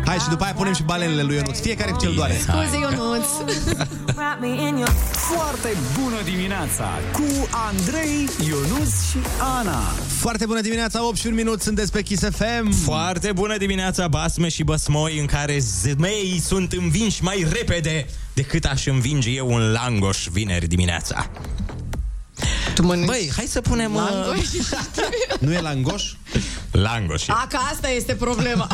[SPEAKER 2] Hai și după aia punem și balenele lui Ionuț, fiecare cu ce-l doare.
[SPEAKER 11] Scuze, Ionuț.
[SPEAKER 1] Foarte bună dimineața cu Andrei, Ionuț și Ana.
[SPEAKER 2] Foarte bună dimineața, 8 și 1 minut, sunteți pe Kiss FM.
[SPEAKER 3] Foarte bună dimineața, basme și băsmoi, în care zmeii sunt învinși mai repede decât aș învinge eu un langoș vineri dimineața.
[SPEAKER 11] Tu mănânci
[SPEAKER 3] Băi, hai să punem... uh,
[SPEAKER 11] langoș?
[SPEAKER 2] Nu e langoș?
[SPEAKER 3] Langoș.
[SPEAKER 11] A, că asta este problema.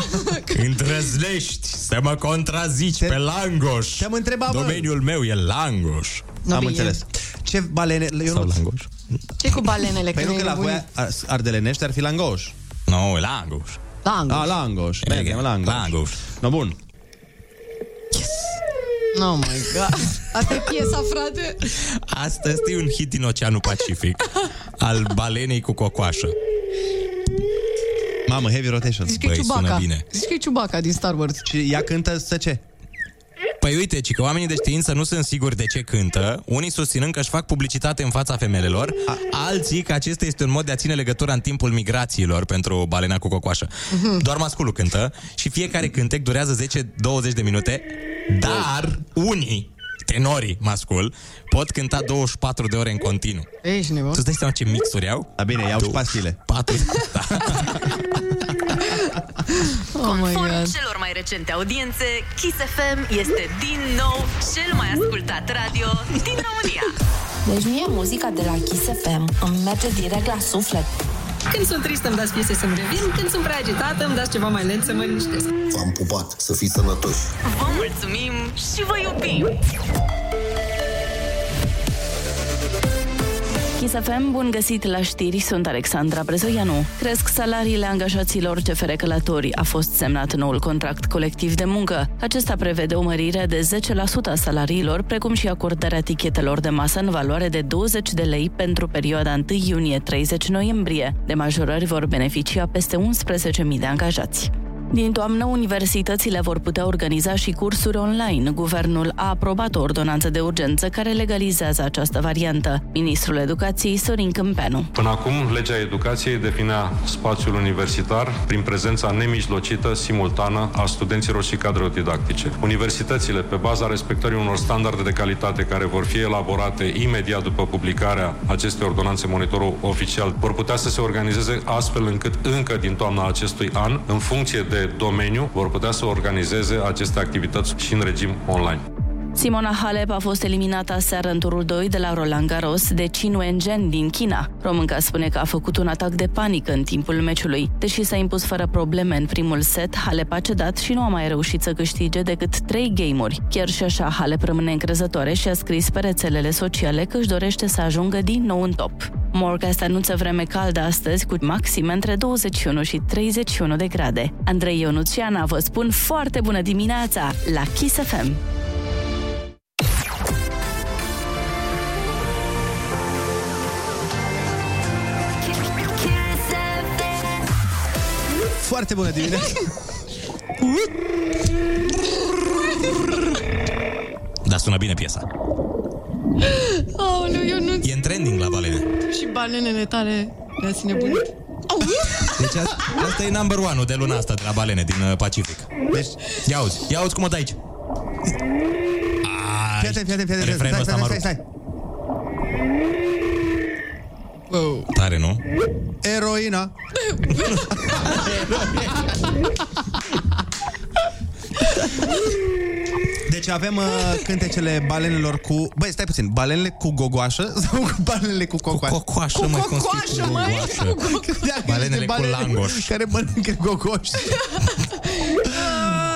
[SPEAKER 3] Îndrăznești să mă contrazici pe langoș. Te-am
[SPEAKER 2] întrebat, bă.
[SPEAKER 3] Domeniul meu e langoș.
[SPEAKER 11] Nu,
[SPEAKER 2] Am
[SPEAKER 11] bine.
[SPEAKER 2] înțeles. Ce balene... Eu
[SPEAKER 3] Sau langoș.
[SPEAKER 11] ce cu balenele?
[SPEAKER 2] Păi nu că la
[SPEAKER 11] nebunit?
[SPEAKER 2] voi ar- ardelenești ar fi Ah, langoș.
[SPEAKER 3] Nu, no, langoș.
[SPEAKER 11] Langoș.
[SPEAKER 2] A, langoș. Mergem, langoș.
[SPEAKER 3] Langoș.
[SPEAKER 2] No, bun.
[SPEAKER 11] Oh my god. Asta e piesa, frate.
[SPEAKER 3] Asta este un hit din Oceanul Pacific al balenei cu cocoașă.
[SPEAKER 2] Mamă, heavy rotation.
[SPEAKER 11] Zici că e
[SPEAKER 3] Băi, Păi, sună
[SPEAKER 11] Ciubaca.
[SPEAKER 3] bine.
[SPEAKER 11] Zici că e Ciubaca din Star Wars.
[SPEAKER 2] Și ea cântă să ce?
[SPEAKER 3] Păi uite, ci că oamenii de știință nu sunt siguri de ce cântă, unii susținând că își fac publicitate în fața femelelor, alții că acesta este un mod de a ține legătura în timpul migrațiilor pentru balena cu cocoașă.
[SPEAKER 2] Mhm.
[SPEAKER 3] Doar masculul cântă și fiecare cântec durează 10-20 de minute, dar unii, tenorii mascul, pot cânta 24 de ore în continuu.
[SPEAKER 11] Ești nebun.
[SPEAKER 3] Tu îți dai seama ce mixuri au?
[SPEAKER 2] Da, bine, iau și pastile.
[SPEAKER 3] Patru.
[SPEAKER 11] Oh my
[SPEAKER 7] Conform
[SPEAKER 11] god.
[SPEAKER 7] celor mai recente audiențe, Kiss FM este din nou cel mai ascultat radio din România.
[SPEAKER 15] Deci mie muzica de la Kiss FM îmi merge direct la suflet.
[SPEAKER 16] Când sunt tristă îmi dați piese să-mi revin, când sunt prea agitată îmi dați ceva mai lent să mă liniștesc.
[SPEAKER 17] V-am pupat, să fiți sănătoși.
[SPEAKER 7] Vă mulțumim și vă iubim!
[SPEAKER 8] Kiss FM, bun găsit la știri, sunt Alexandra Brezoianu. Cresc salariile angajaților CFR Călători. A fost semnat noul contract colectiv de muncă. Acesta prevede o mărire de 10% a salariilor, precum și acordarea tichetelor de masă în valoare de 20 de lei pentru perioada 1 iunie-30 noiembrie. De majorări vor beneficia peste 11.000 de angajați. Din toamnă, universitățile vor putea organiza și cursuri online. Guvernul a aprobat o ordonanță de urgență care legalizează această variantă. Ministrul Educației Sorin Câmpeanu.
[SPEAKER 18] Până acum, legea educației definea spațiul universitar prin prezența nemijlocită, simultană a studenților și cadrelor didactice. Universitățile, pe baza respectării unor standarde de calitate care vor fi elaborate imediat după publicarea acestei ordonanțe monitorul oficial, vor putea să se organizeze astfel încât încă din toamna acestui an, în funcție de domeniu, vor putea să organizeze aceste activități și în regim online.
[SPEAKER 8] Simona Halep a fost eliminată aseară în turul 2 de la Roland Garros de Qin Wengen din China. Românca spune că a făcut un atac de panică în timpul meciului. Deși s-a impus fără probleme în primul set, Halep a cedat și nu a mai reușit să câștige decât 3 game-uri. Chiar și așa, Halep rămâne încrezătoare și a scris pe rețelele sociale că își dorește să ajungă din nou în top. Morcast anunță vreme caldă astăzi cu maxime între 21 și 31 de grade. Andrei Ionuțiana vă spun foarte bună dimineața la Kiss FM!
[SPEAKER 2] Foarte Foarte bună dimineața!
[SPEAKER 3] Dar Da, sună bine piesa.
[SPEAKER 11] Aoleu, eu nu...
[SPEAKER 3] E în trending la balene.
[SPEAKER 11] Și balenele tale de-ați nebunit. Au!
[SPEAKER 3] Deci asta, asta e number one de luna asta de la balene din uh, Pacific. Deci, ia auzi, ia auzi cum o dai aici. Ai,
[SPEAKER 2] Fii atent, fii atent, fii atent,
[SPEAKER 3] refrenul ăsta
[SPEAKER 2] stai, stai,
[SPEAKER 3] mă
[SPEAKER 2] stai, stai.
[SPEAKER 3] rog. Tare, nu?
[SPEAKER 2] Eroina. Deci avem uh, cântecele balenelor cu... Băi, stai puțin, balenele cu gogoașă sau cu balenele cu cocoașă? Cu
[SPEAKER 3] cocoașă, mă, cum spui, cu Cocoașă, măi, gogoașă. cu Balenele cu langoș.
[SPEAKER 2] Care mănâncă gogoș.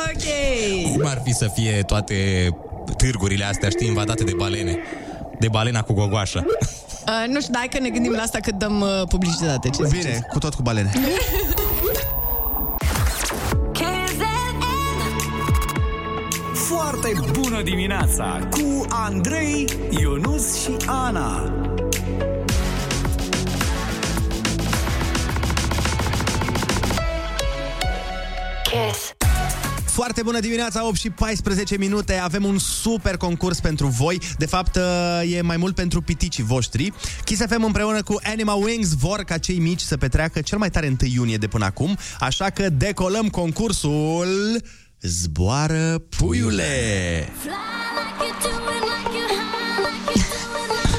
[SPEAKER 11] Ok.
[SPEAKER 3] Cum ar fi să fie toate târgurile astea, știi, invadate de balene? De balena cu gogoașă.
[SPEAKER 11] Uh, nu știu, hai că ne gândim la asta cât dăm uh, publicitate. Ce
[SPEAKER 2] Bine, cu tot cu balene.
[SPEAKER 1] Foarte bună dimineața cu Andrei, Ionus și Ana.
[SPEAKER 2] Foarte bună dimineața, 8 și 14 minute. Avem un super concurs pentru voi. De fapt, e mai mult pentru piticii voștri. Kiss FM împreună cu Anima Wings vor ca cei mici să petreacă cel mai tare 1 iunie de până acum. Așa că decolăm concursul... Zboară puiule!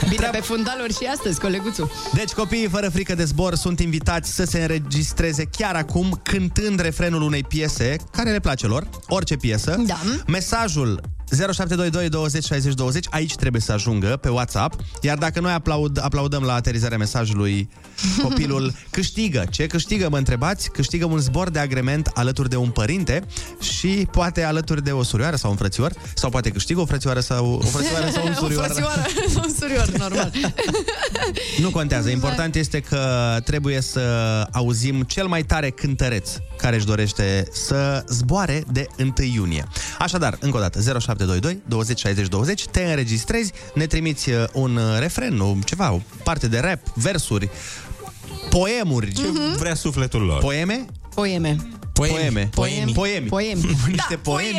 [SPEAKER 11] Bine, pe fundaluri și astăzi, coleguțul.
[SPEAKER 2] Deci copiii fără frică de zbor sunt invitați să se înregistreze chiar acum cântând refrenul unei piese care le place lor, orice piesă. Da. Mesajul 0722 20 60 20, aici trebuie să ajungă pe WhatsApp, iar dacă noi aplaud, aplaudăm la aterizarea mesajului, copilul câștigă. Ce câștigă, mă întrebați? Câștigă un zbor de agrement alături de un părinte și poate alături de o surioară sau un frățior, sau poate câștigă o frățioară sau o frățioară sau un
[SPEAKER 11] O
[SPEAKER 2] surioară.
[SPEAKER 11] frățioară sau un surior, normal.
[SPEAKER 2] Nu contează, important este că trebuie să auzim cel mai tare cântăreț care își dorește să zboare de 1 iunie. Așadar, încă o dată, 0722 20 60 20, te înregistrezi, ne trimiți uh, un uh, refren, un ceva, o parte de rap, versuri, poemuri. Ce
[SPEAKER 3] vrea sufletul lor.
[SPEAKER 2] Poeme?
[SPEAKER 11] Poeme.
[SPEAKER 2] Poeme. Poemi. Poemi.
[SPEAKER 11] Poemi.
[SPEAKER 2] Niște poemi.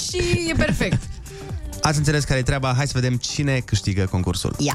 [SPEAKER 11] Poemi și e perfect.
[SPEAKER 2] Ați înțeles care e treaba, hai să vedem cine câștigă concursul.
[SPEAKER 11] Ia.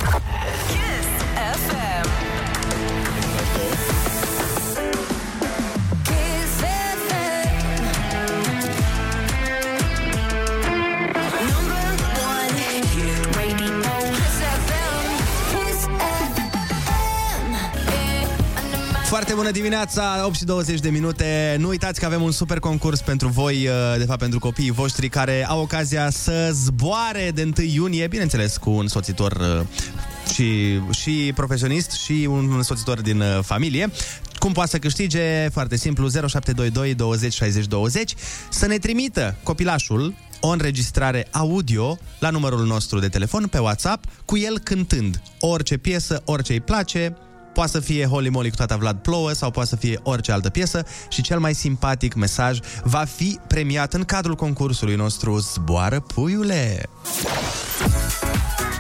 [SPEAKER 2] Foarte bună dimineața, 8 și 20 de minute. Nu uitați că avem un super concurs pentru voi, uh, de fapt pentru copiii voștri care au ocazia să zboare de 1 iunie, bineînțeles cu un soțitor uh, și, și profesionist și un soțitor din uh, familie. Cum poate să câștige? Foarte simplu, 0722 20 60 20. Să ne trimită copilașul o înregistrare audio la numărul nostru de telefon pe WhatsApp cu el cântând orice piesă, orice îi place, Poate să fie Holy Moly cu tata Vlad Plouă sau poate să fie orice altă piesă și cel mai simpatic mesaj va fi premiat în cadrul concursului nostru Zboară Puiule!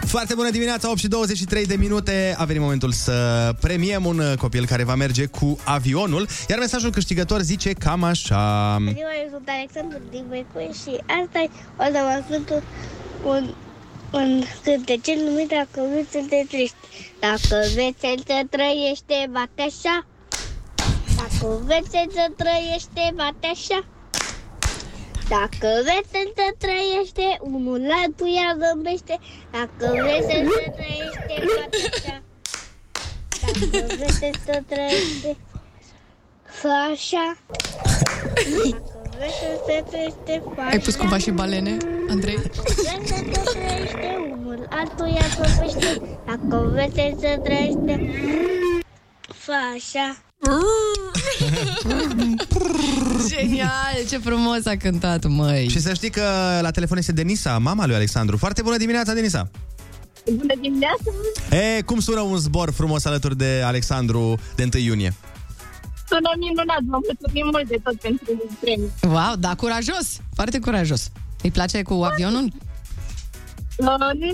[SPEAKER 2] Foarte bună dimineața, 8 și 23 de minute. A venit momentul să premiem un uh, copil care va merge cu avionul, iar mesajul câștigător zice cam așa.
[SPEAKER 19] Ziua, Adică eu sunt Alexandru din Băicoi și asta e o să vă cânt un, un cântecel numit Dacă nu sunteți triști. Dacă veți să trăiește, bate așa. Dacă veți să trăiește, bate așa. Dacă veți să trăiește, unul altuia zâmbește. Dacă veți să trăiește, bate așa. Dacă veți să trăiește, fă așa. Dacă veți să trăiește, fă așa.
[SPEAKER 11] Ai pus cumva și balene, Andrei?
[SPEAKER 19] Vreți să te trăiește umul, altuia topește Dacă vreți să trăiește Fă așa
[SPEAKER 11] Genial, ce frumos a cântat, măi.
[SPEAKER 2] Și să știi că la telefon este Denisa, mama lui Alexandru. Foarte bună dimineața, Denisa!
[SPEAKER 13] Bună dimineața!
[SPEAKER 2] E, cum sună un zbor frumos alături de Alexandru de 1 iunie?
[SPEAKER 13] Sună minunat, vă mulțumim mult de tot pentru premiu.
[SPEAKER 11] Wow, da, curajos, foarte curajos. Îi place cu avionul?
[SPEAKER 13] Uh,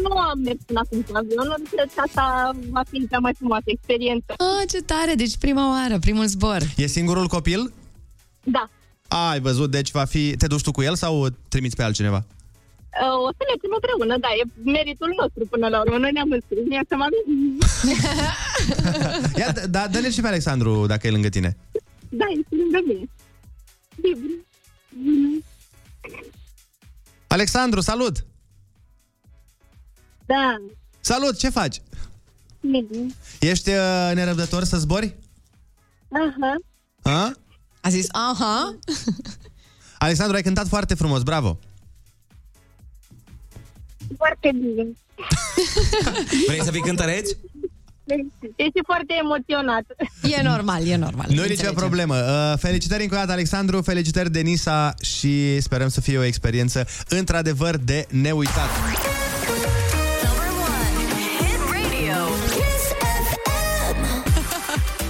[SPEAKER 13] nu am mers până acum cu avionul, cred că asta va fi cea mai frumoasă experiență.
[SPEAKER 11] Ah, ce tare, deci prima oară, primul zbor.
[SPEAKER 2] E singurul copil?
[SPEAKER 13] Da.
[SPEAKER 2] Ai văzut, deci va fi... Te duci tu cu el sau o trimiți pe altcineva?
[SPEAKER 13] Uh, O să ne țin împreună, da, e meritul nostru până la urmă. Noi ne-am înscris, ne-am seama.
[SPEAKER 2] Ia, d- da, dă-le și pe Alexandru dacă e lângă tine.
[SPEAKER 13] Da, este lângă mine. Bine.
[SPEAKER 2] Alexandru, salut!
[SPEAKER 13] Da,
[SPEAKER 2] Salut, ce faci?
[SPEAKER 13] bine.
[SPEAKER 2] Ești uh, nerăbdător să zbori?
[SPEAKER 13] Aha.
[SPEAKER 2] Ha?
[SPEAKER 11] A zis, aha.
[SPEAKER 2] Alexandru, ai cântat foarte frumos, bravo!
[SPEAKER 13] Foarte bine.
[SPEAKER 3] Vrei să fii cântăreț?
[SPEAKER 13] Deci, Ești foarte emoționat.
[SPEAKER 4] E normal, e normal.
[SPEAKER 2] Nu e nicio problemă. Uh, Felicitări încă o dată, Alexandru, felicitări Denisa și sperăm să fie o experiență într-adevăr de neuitat.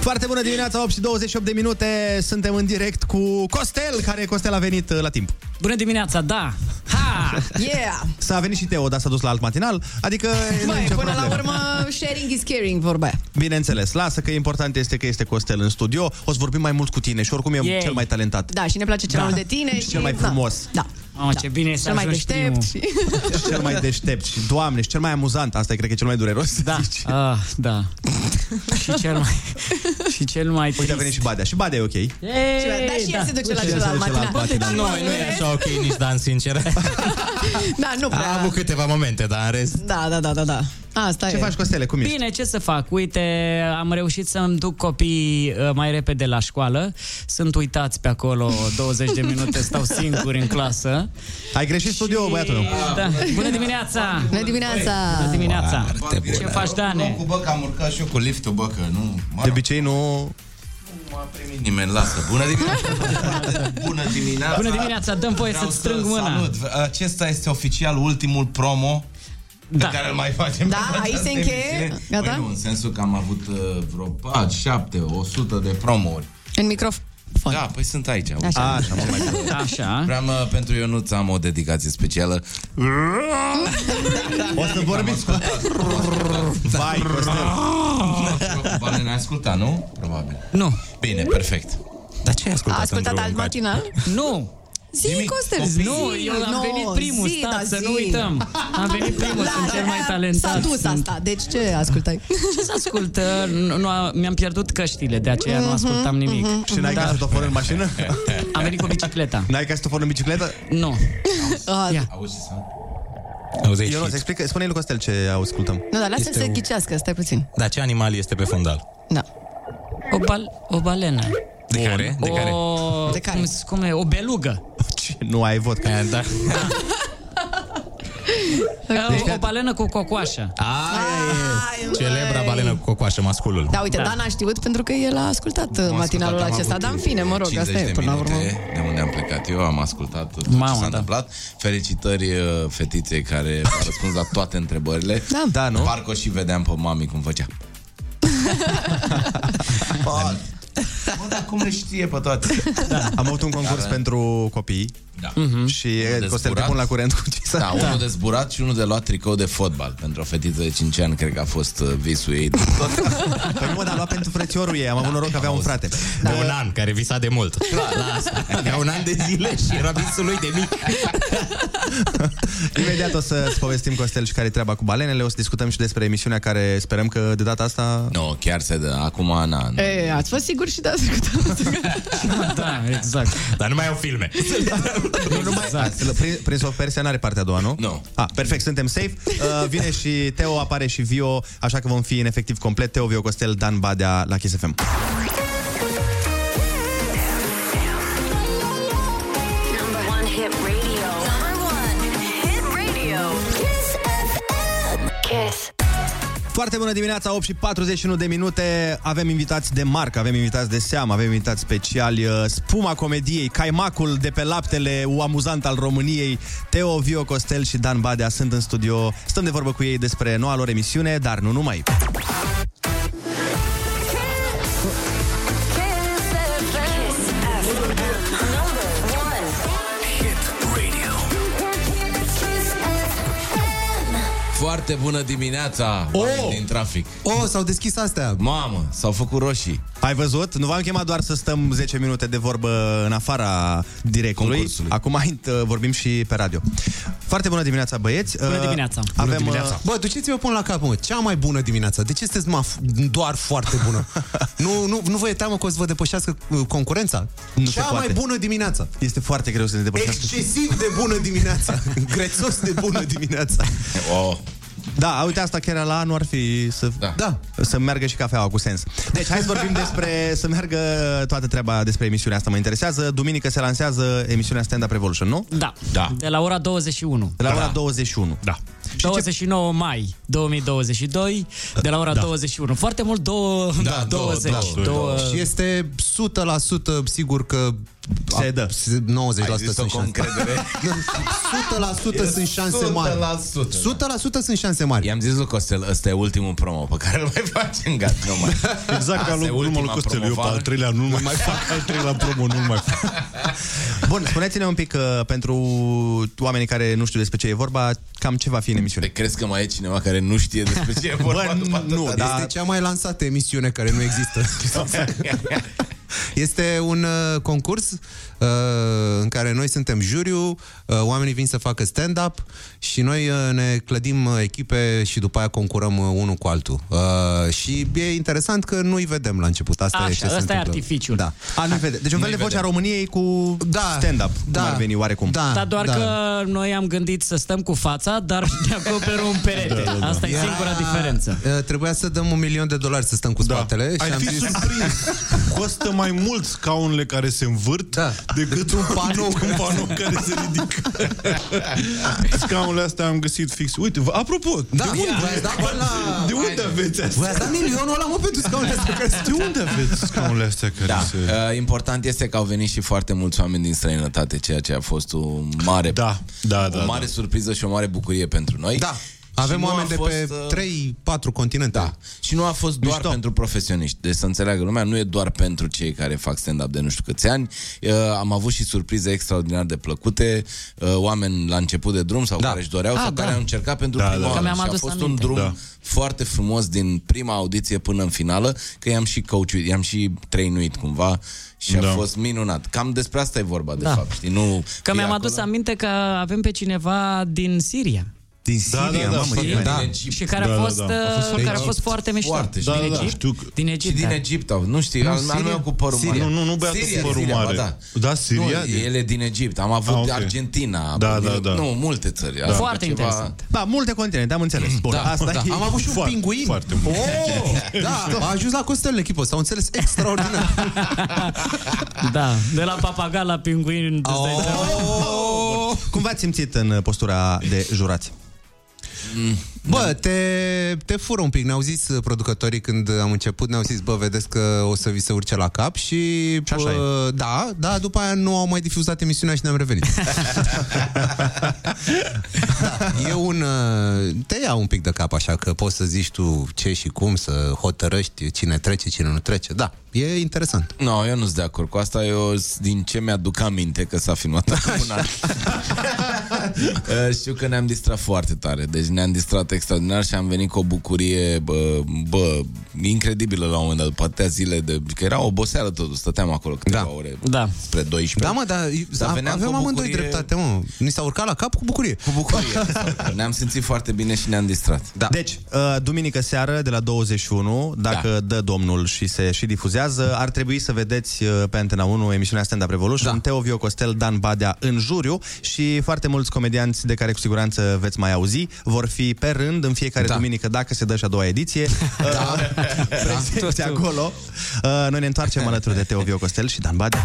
[SPEAKER 2] Foarte bună dimineața, 8 și 28 de minute, suntem în direct cu Costel, care Costel a venit uh, la timp.
[SPEAKER 20] Bună dimineața, da! Ha!
[SPEAKER 11] Yeah!
[SPEAKER 2] S-a venit și Teo, dar s-a dus la alt matinal, adică nu e
[SPEAKER 11] Băi,
[SPEAKER 2] nicio
[SPEAKER 11] până
[SPEAKER 2] problemă.
[SPEAKER 11] la urmă, sharing is caring, vorba aia.
[SPEAKER 2] Bineînțeles, lasă că important este că este Costel în studio, o să vorbim mai mult cu tine și oricum e
[SPEAKER 11] Yay.
[SPEAKER 2] cel mai talentat.
[SPEAKER 11] Da, și ne place cel mai mult de tine.
[SPEAKER 2] și cel mai frumos.
[SPEAKER 11] Da.
[SPEAKER 20] Mamă, ce bine e
[SPEAKER 11] da.
[SPEAKER 20] să
[SPEAKER 11] Cel mai
[SPEAKER 20] ajungi primul.
[SPEAKER 11] deștept. Și...
[SPEAKER 2] Și cel mai deștept și, doamne, și cel mai amuzant. Asta e, cred că, e cel mai dureros. Da.
[SPEAKER 20] Ah, da. și cel mai... și cel mai
[SPEAKER 2] Uite, a venit și Badea. Și Badea e ok.
[SPEAKER 11] Ei, Dar și el
[SPEAKER 20] da.
[SPEAKER 11] se duce la
[SPEAKER 20] Și el se
[SPEAKER 11] celălalt
[SPEAKER 20] duce la
[SPEAKER 11] matinal.
[SPEAKER 20] matinal.
[SPEAKER 2] da.
[SPEAKER 11] Dar
[SPEAKER 3] Nu, nu e așa ok nici, Dan, sincer.
[SPEAKER 11] Da, nu
[SPEAKER 3] A
[SPEAKER 11] prea.
[SPEAKER 3] avut câteva momente, dar în rest...
[SPEAKER 11] Da, da, da, da, da. Asta e.
[SPEAKER 2] Costele? Cum
[SPEAKER 20] Bine, ce să fac? Uite, am reușit să-mi duc copiii uh, mai repede la școală. Sunt uitați pe acolo 20 de minute, stau singuri în clasă.
[SPEAKER 2] Ai greșit studioul, băiatul meu.
[SPEAKER 20] Da. Bună dimineața!
[SPEAKER 4] Bună dimineața!
[SPEAKER 20] Bună dimineața! Ce faci, Dane?
[SPEAKER 21] Cu bă, că am urcat și eu cu liftul, bă, că nu... Mă
[SPEAKER 2] De obicei nu...
[SPEAKER 21] rog, nimeni lasă. Bună dimineața! Bună dimineața!
[SPEAKER 20] Bună dimineața, dăm voie
[SPEAKER 21] Vreau
[SPEAKER 20] să-ți strâng
[SPEAKER 21] să
[SPEAKER 20] mâna.
[SPEAKER 21] Salut. Acesta este oficial ultimul promo da. pe care îl mai facem.
[SPEAKER 11] Da,
[SPEAKER 21] pentru
[SPEAKER 11] aici se
[SPEAKER 21] această
[SPEAKER 11] încheie.
[SPEAKER 21] emisiune.
[SPEAKER 11] Gata?
[SPEAKER 21] Păi nu, în sensul că am avut uh, vreo 4, 7, 100 de promouri.
[SPEAKER 11] În microfon.
[SPEAKER 21] Da, păi sunt aici. uite.
[SPEAKER 11] Așa. Așa,
[SPEAKER 21] mă, mai bine.
[SPEAKER 20] Așa.
[SPEAKER 21] Vreau uh, pentru Ionuț am o dedicație specială.
[SPEAKER 2] O să vorbiți cu... Vai,
[SPEAKER 21] Ah, Probabil ne-ai ascultat, nu? Probabil.
[SPEAKER 20] Nu.
[SPEAKER 21] Bine, perfect. Dar ce ai
[SPEAKER 11] A ascultat alt matinal?
[SPEAKER 20] Nu.
[SPEAKER 11] Zi, Costel, zi.
[SPEAKER 20] Nu, eu am
[SPEAKER 11] Nu,
[SPEAKER 20] venit primul,
[SPEAKER 11] zi,
[SPEAKER 20] stai
[SPEAKER 11] da,
[SPEAKER 20] să
[SPEAKER 11] zi.
[SPEAKER 20] nu uităm. Am venit primul,
[SPEAKER 11] Da,
[SPEAKER 20] sunt cel mai
[SPEAKER 11] da,
[SPEAKER 20] talentat.
[SPEAKER 11] S-a dus
[SPEAKER 20] sunt.
[SPEAKER 11] asta, deci ce ascultai?
[SPEAKER 20] Ce să ascult? uh, Nu, nu, a- mi-am pierdut căștile, de aceea nu ascultam nimic.
[SPEAKER 2] Mhm, Și n-ai
[SPEAKER 20] Dar
[SPEAKER 2] casetofor în mașină?
[SPEAKER 20] Am venit cu bicicleta.
[SPEAKER 2] N-ai casetofor în bicicletă?
[SPEAKER 20] Nu.
[SPEAKER 11] Ah,
[SPEAKER 21] Auzi, sau?
[SPEAKER 3] Auzi,
[SPEAKER 2] Eu nu, explică, spune lui Costel ce ascultăm.
[SPEAKER 11] Nu, dar lasă-l
[SPEAKER 3] Este
[SPEAKER 11] să
[SPEAKER 3] un-
[SPEAKER 11] ghicească, stai puțin.
[SPEAKER 3] Dar ce animal este pe fundal?
[SPEAKER 11] Da.
[SPEAKER 20] O, bal- o balenă.
[SPEAKER 3] De care? De care?
[SPEAKER 20] O...
[SPEAKER 11] De care?
[SPEAKER 20] Cum, se- cum e? O belugă.
[SPEAKER 2] Ce? Nu ai vot.
[SPEAKER 3] Da.
[SPEAKER 2] Deci
[SPEAKER 20] O, o balenă cu cocoașă.
[SPEAKER 11] Ai,
[SPEAKER 3] Celebra
[SPEAKER 11] măi.
[SPEAKER 3] balenă cu cocoașă, masculul.
[SPEAKER 11] Da, uite, da. Dan a știut pentru că el a ascultat uh, matinalul
[SPEAKER 21] am
[SPEAKER 11] acesta,
[SPEAKER 21] avut
[SPEAKER 11] dar în fine, mă rog, asta
[SPEAKER 21] 50
[SPEAKER 11] e
[SPEAKER 21] de
[SPEAKER 11] până la urmă.
[SPEAKER 21] minute De unde am plecat eu, am ascultat tot ce
[SPEAKER 20] Mamă,
[SPEAKER 21] s-a
[SPEAKER 20] da.
[SPEAKER 21] întâmplat. Felicitări uh, fetiței care a răspuns la toate întrebările.
[SPEAKER 11] Da.
[SPEAKER 2] da nu?
[SPEAKER 21] Parcă o și vedeam pe mami cum făcea. Bă, dar cum le știe pe toate?
[SPEAKER 2] Da, Am avut un concurs pentru copii. Mhm.
[SPEAKER 21] Da.
[SPEAKER 2] Și
[SPEAKER 21] de
[SPEAKER 2] Costel te
[SPEAKER 21] zburat.
[SPEAKER 2] pun la curent cu ce s-a...
[SPEAKER 21] Da, unul de zburat și unul de luat tricou de fotbal. Pentru o fetiță de 5 ani, cred că a fost uh, visul ei.
[SPEAKER 2] Păi nu, mă, dar a luat pentru frățiorul ei. Am avut noroc că avea un frate.
[SPEAKER 21] Da.
[SPEAKER 3] De un an, care visa de mult. Da, La asta. Avea un an de zile și era visul lui de mic.
[SPEAKER 2] Imediat o să-ți povestim, Costel, și care e treaba cu balenele. O să discutăm și despre emisiunea care sperăm că de data asta...
[SPEAKER 21] Nu, no, chiar se dă. Acum, Ana,
[SPEAKER 11] E, ați fost sigur și de ascultat?
[SPEAKER 20] Da, exact.
[SPEAKER 3] Dar nu mai au filme.
[SPEAKER 2] Da.
[SPEAKER 20] Exact.
[SPEAKER 2] Prin- Prins o Persia n-are partea a doua, nu?
[SPEAKER 21] Nu.
[SPEAKER 2] Ah, perfect, suntem safe. Uh, vine și Teo, apare și Vio, așa că vom fi în efectiv complet. Teo, Vio Costel, Dan Badea la Kiss FM. Foarte bună dimineața, 8 și 41 de minute. Avem invitați de marcă, avem invitați de seamă, avem invitați speciali. uh, Spuma comediei, caimacul de pe laptele, u amuzant al României. Teo, Vio Costel și Dan Badea sunt în studio. Stăm de vorbă cu ei despre noua lor emisiune, dar nu numai.
[SPEAKER 21] Foarte bună dimineața, oh! din trafic.
[SPEAKER 2] Oh, s-au deschis astea.
[SPEAKER 22] Oh!
[SPEAKER 21] Mamă, s-au făcut roșii.
[SPEAKER 2] Ai văzut? Nu v-am chemat doar să stăm 10 minute de vorbă în afara directului. Acum mai uh, vorbim și pe radio. Foarte bună dimineața, băieți. Uh, Avem,
[SPEAKER 6] Bună dimineața.
[SPEAKER 2] uh,
[SPEAKER 6] Bă, duceți-vă până la capăt, mă. Cea mai bună dimineața. De ce sunteți maf- doar foarte bună? nu, nu, nu vă e teamă că o să vă depășească uh, concurența?
[SPEAKER 2] Nu
[SPEAKER 6] Cea
[SPEAKER 2] se poate.
[SPEAKER 6] mai bună dimineața.
[SPEAKER 2] Este foarte greu să ne depășească.
[SPEAKER 6] Excesiv de bună dimineața. Grețos de bună dimineața.
[SPEAKER 2] Oh. Da, uite asta chiar la anul ar fi să, da. Da, să meargă și cafeaua cu sens. Deci hai să vorbim despre, să meargă toată treaba despre emisiunea asta. Mă interesează, duminică se lansează emisiunea Stand Up Revolution, nu?
[SPEAKER 20] Da.
[SPEAKER 2] da.
[SPEAKER 20] De la ora 21.
[SPEAKER 2] De la ora 21. Da.
[SPEAKER 20] 29 mai 2022, de la ora da. 21. Foarte mult două, da, 20. Două, două,
[SPEAKER 6] Și este 100% sigur că se dă. 90% sunt șanse. 100% sunt șanse mari.
[SPEAKER 21] 100%.
[SPEAKER 6] 100% sunt șanse mari.
[SPEAKER 21] I-am zis lui Costel, ăsta e ultimul promo pe care îl mai facem, gata, nu mai.
[SPEAKER 22] Exact ca
[SPEAKER 21] Asta e
[SPEAKER 22] lui numai lui
[SPEAKER 21] ultima
[SPEAKER 22] Costel, eu pe
[SPEAKER 21] promovare.
[SPEAKER 22] al treilea nu mai fac, al treilea promo nu mai fac.
[SPEAKER 2] Bun, spuneți-ne un pic uh, pentru oamenii care nu știu despre ce e vorba, cam ce va fi în emisiune.
[SPEAKER 21] Crezi că mai e cineva care nu știe despre ce e vorba
[SPEAKER 6] Bă,
[SPEAKER 21] după atâta
[SPEAKER 6] nu,
[SPEAKER 21] timp?
[SPEAKER 6] este cea mai lansată emisiune care nu există. Este un uh, concurs uh, în care noi suntem juriu, uh, oamenii vin să facă stand-up și noi uh, ne clădim uh, echipe și după aia concurăm uh, unul cu altul. Uh, și e interesant că nu-i vedem la început. Asta
[SPEAKER 20] Așa,
[SPEAKER 6] e ce se
[SPEAKER 20] ăsta e
[SPEAKER 6] întâmplă.
[SPEAKER 20] artificiul.
[SPEAKER 6] Da.
[SPEAKER 2] A, nu vede. Deci un fel de
[SPEAKER 6] Nu-i
[SPEAKER 2] vocea
[SPEAKER 6] vedem.
[SPEAKER 2] României cu
[SPEAKER 6] da,
[SPEAKER 2] stand-up,
[SPEAKER 6] da,
[SPEAKER 2] cum ar veni oarecum.
[SPEAKER 6] da,
[SPEAKER 20] Dar doar da. că noi am gândit să stăm cu fața, dar ne acoperă un perete. Da, da, da. Asta e singura diferență.
[SPEAKER 6] Uh, Trebuia să dăm un milion de dolari să stăm cu spatele
[SPEAKER 22] Da. Ai
[SPEAKER 6] și am
[SPEAKER 22] fi
[SPEAKER 6] zis...
[SPEAKER 22] surprins. Costă mai mult scaunele care se învârt da. decât un panou, un panou care se ridică. Scaunele astea am găsit fix. Uite, v- apropo,
[SPEAKER 6] Da,
[SPEAKER 22] de unde,
[SPEAKER 6] voi ați dat bani la-
[SPEAKER 22] de unde aveți astea?
[SPEAKER 6] Voi ați dat milionul ăla, mă, pentru scaunele astea care
[SPEAKER 22] De unde aveți scaunele astea care
[SPEAKER 21] Da.
[SPEAKER 22] se...
[SPEAKER 21] Uh, important este că au venit și foarte mulți oameni din străinătate, ceea ce a fost o mare, da,
[SPEAKER 22] da,
[SPEAKER 21] o mare surpriză și o mare bucurie pentru noi. Da.
[SPEAKER 6] Avem oameni de pe 3-4 continente.
[SPEAKER 21] Da. Și nu a fost doar Mișto. pentru profesioniști. Deci să înțeleagă lumea, nu e doar pentru cei care fac stand-up de nu știu câți ani. Uh, am avut și surprize extraordinar de plăcute, uh, oameni la început de drum sau da. care își doreau
[SPEAKER 20] Ah,
[SPEAKER 21] sau
[SPEAKER 20] da.
[SPEAKER 21] care au încercat pentru
[SPEAKER 20] Da,
[SPEAKER 21] da,
[SPEAKER 20] da.
[SPEAKER 21] prima
[SPEAKER 20] Că
[SPEAKER 21] oară.
[SPEAKER 20] mi-am
[SPEAKER 21] Și a
[SPEAKER 20] adus
[SPEAKER 21] fost un
[SPEAKER 20] aminte.
[SPEAKER 21] drum
[SPEAKER 20] Da.
[SPEAKER 21] foarte frumos din prima audiție până în finală, că i-am și coachuit, i-am și trainuit cumva și da.
[SPEAKER 22] Da.
[SPEAKER 21] a fost minunat. Cam despre asta e vorba, de
[SPEAKER 20] Da.
[SPEAKER 21] da. fapt. Știi? Nu
[SPEAKER 20] Că
[SPEAKER 21] e
[SPEAKER 20] mi-am
[SPEAKER 21] acolo.
[SPEAKER 20] adus aminte că avem pe cineva din Siria.
[SPEAKER 21] Din
[SPEAKER 22] Da, da, da, mamă,
[SPEAKER 21] și-
[SPEAKER 22] e-
[SPEAKER 21] da.
[SPEAKER 20] Și care a fost, uh, care a fost foarte mișto.
[SPEAKER 21] Foarte,
[SPEAKER 20] Din
[SPEAKER 21] da, da,
[SPEAKER 20] Egipt.
[SPEAKER 22] Știu că...
[SPEAKER 20] Din Egipt.
[SPEAKER 21] Și din
[SPEAKER 20] da.
[SPEAKER 21] Egipt, au, nu știi,
[SPEAKER 20] Nu,
[SPEAKER 21] al, al
[SPEAKER 20] Siria?
[SPEAKER 21] meu cu părul mare.
[SPEAKER 22] Siria. Nu, nu, băiatul
[SPEAKER 21] Siria,
[SPEAKER 22] cu părul
[SPEAKER 21] Siria,
[SPEAKER 22] mare.
[SPEAKER 21] Ba, da.
[SPEAKER 22] Da, Siria,
[SPEAKER 21] Nu,
[SPEAKER 22] din-
[SPEAKER 21] ele din Egipt. Am avut
[SPEAKER 22] Ah,
[SPEAKER 21] ah,
[SPEAKER 22] ok.
[SPEAKER 21] okay. Argentina.
[SPEAKER 22] Da,
[SPEAKER 21] Brazil-
[SPEAKER 22] da, da.
[SPEAKER 21] Nu, multe țări. Am avut
[SPEAKER 20] Foarte interesant.
[SPEAKER 2] Da, multe continente, am înțeles. Bun,
[SPEAKER 21] Da,
[SPEAKER 2] asta
[SPEAKER 21] da.
[SPEAKER 2] e...
[SPEAKER 21] Am avut și un Oh,
[SPEAKER 2] Foarte,
[SPEAKER 6] pinguin.
[SPEAKER 2] Foarte mult.
[SPEAKER 22] uh,
[SPEAKER 6] Da, a ajuns la Costel echipă, s-au înțeles extraordinar.
[SPEAKER 20] Da, de la papagal la pinguin. îți dai seama.
[SPEAKER 22] Oh!
[SPEAKER 21] Oh.
[SPEAKER 2] Cum v-ați simțit în postura de jurați?
[SPEAKER 22] Mm.
[SPEAKER 6] Bă, te, te fură un pic. Ne-au zis uh, producătorii când am început, ne-au zis, bă, vedeți că o să vi se urce la cap și...
[SPEAKER 2] așa e.
[SPEAKER 6] bă, da, da, după aia nu au mai difuzat emisiunea și ne-am revenit. da, e un... uh, Te ia un pic de cap așa, că poți să zici tu ce și cum, să hotărăști cine trece, cine nu trece. Da, e interesant.
[SPEAKER 21] Nu, no, eu nu sunt de acord cu asta. Eu, s- din ce mi-aduc aminte că s-a filmat acum un an. Uh, Știu că ne-am distrat foarte tare. Deci ne-am distrat extraordinar și am venit cu o bucurie, bă, bă incredibilă la un moment dat. După atâtea zile de... Că era oboseală totul. Stăteam acolo câteva da. ore.
[SPEAKER 20] Da.
[SPEAKER 21] Spre 12.
[SPEAKER 6] Da, mă, dar
[SPEAKER 21] Dar
[SPEAKER 6] a-
[SPEAKER 21] veneam cu
[SPEAKER 6] avem
[SPEAKER 21] o
[SPEAKER 6] amândoi
[SPEAKER 21] bucurie-
[SPEAKER 6] dreptate, mă. Ni s-a urcat la cap cu bucurie.
[SPEAKER 21] Cu bucurie. Ne-am simțit foarte bine și ne-am distrat.
[SPEAKER 6] Da.
[SPEAKER 2] Deci, uh, duminică seară de la 21, dacă da. dă domnul și se și difuzează, ar trebui să vedeți uh, pe Antena 1 emisiunea Stand Up Revolution, da. Teo Vio Costel, Dan Badea în juriu și foarte mulți comedianți de care cu siguranță veți mai auzi, vor fi pe rând în fiecare da. duminică, dacă se dă și a doua ediție. Da. Prezenți acolo. Uh, Noi ne întoarcem alături de Teo Vio Costel și Dan Badea.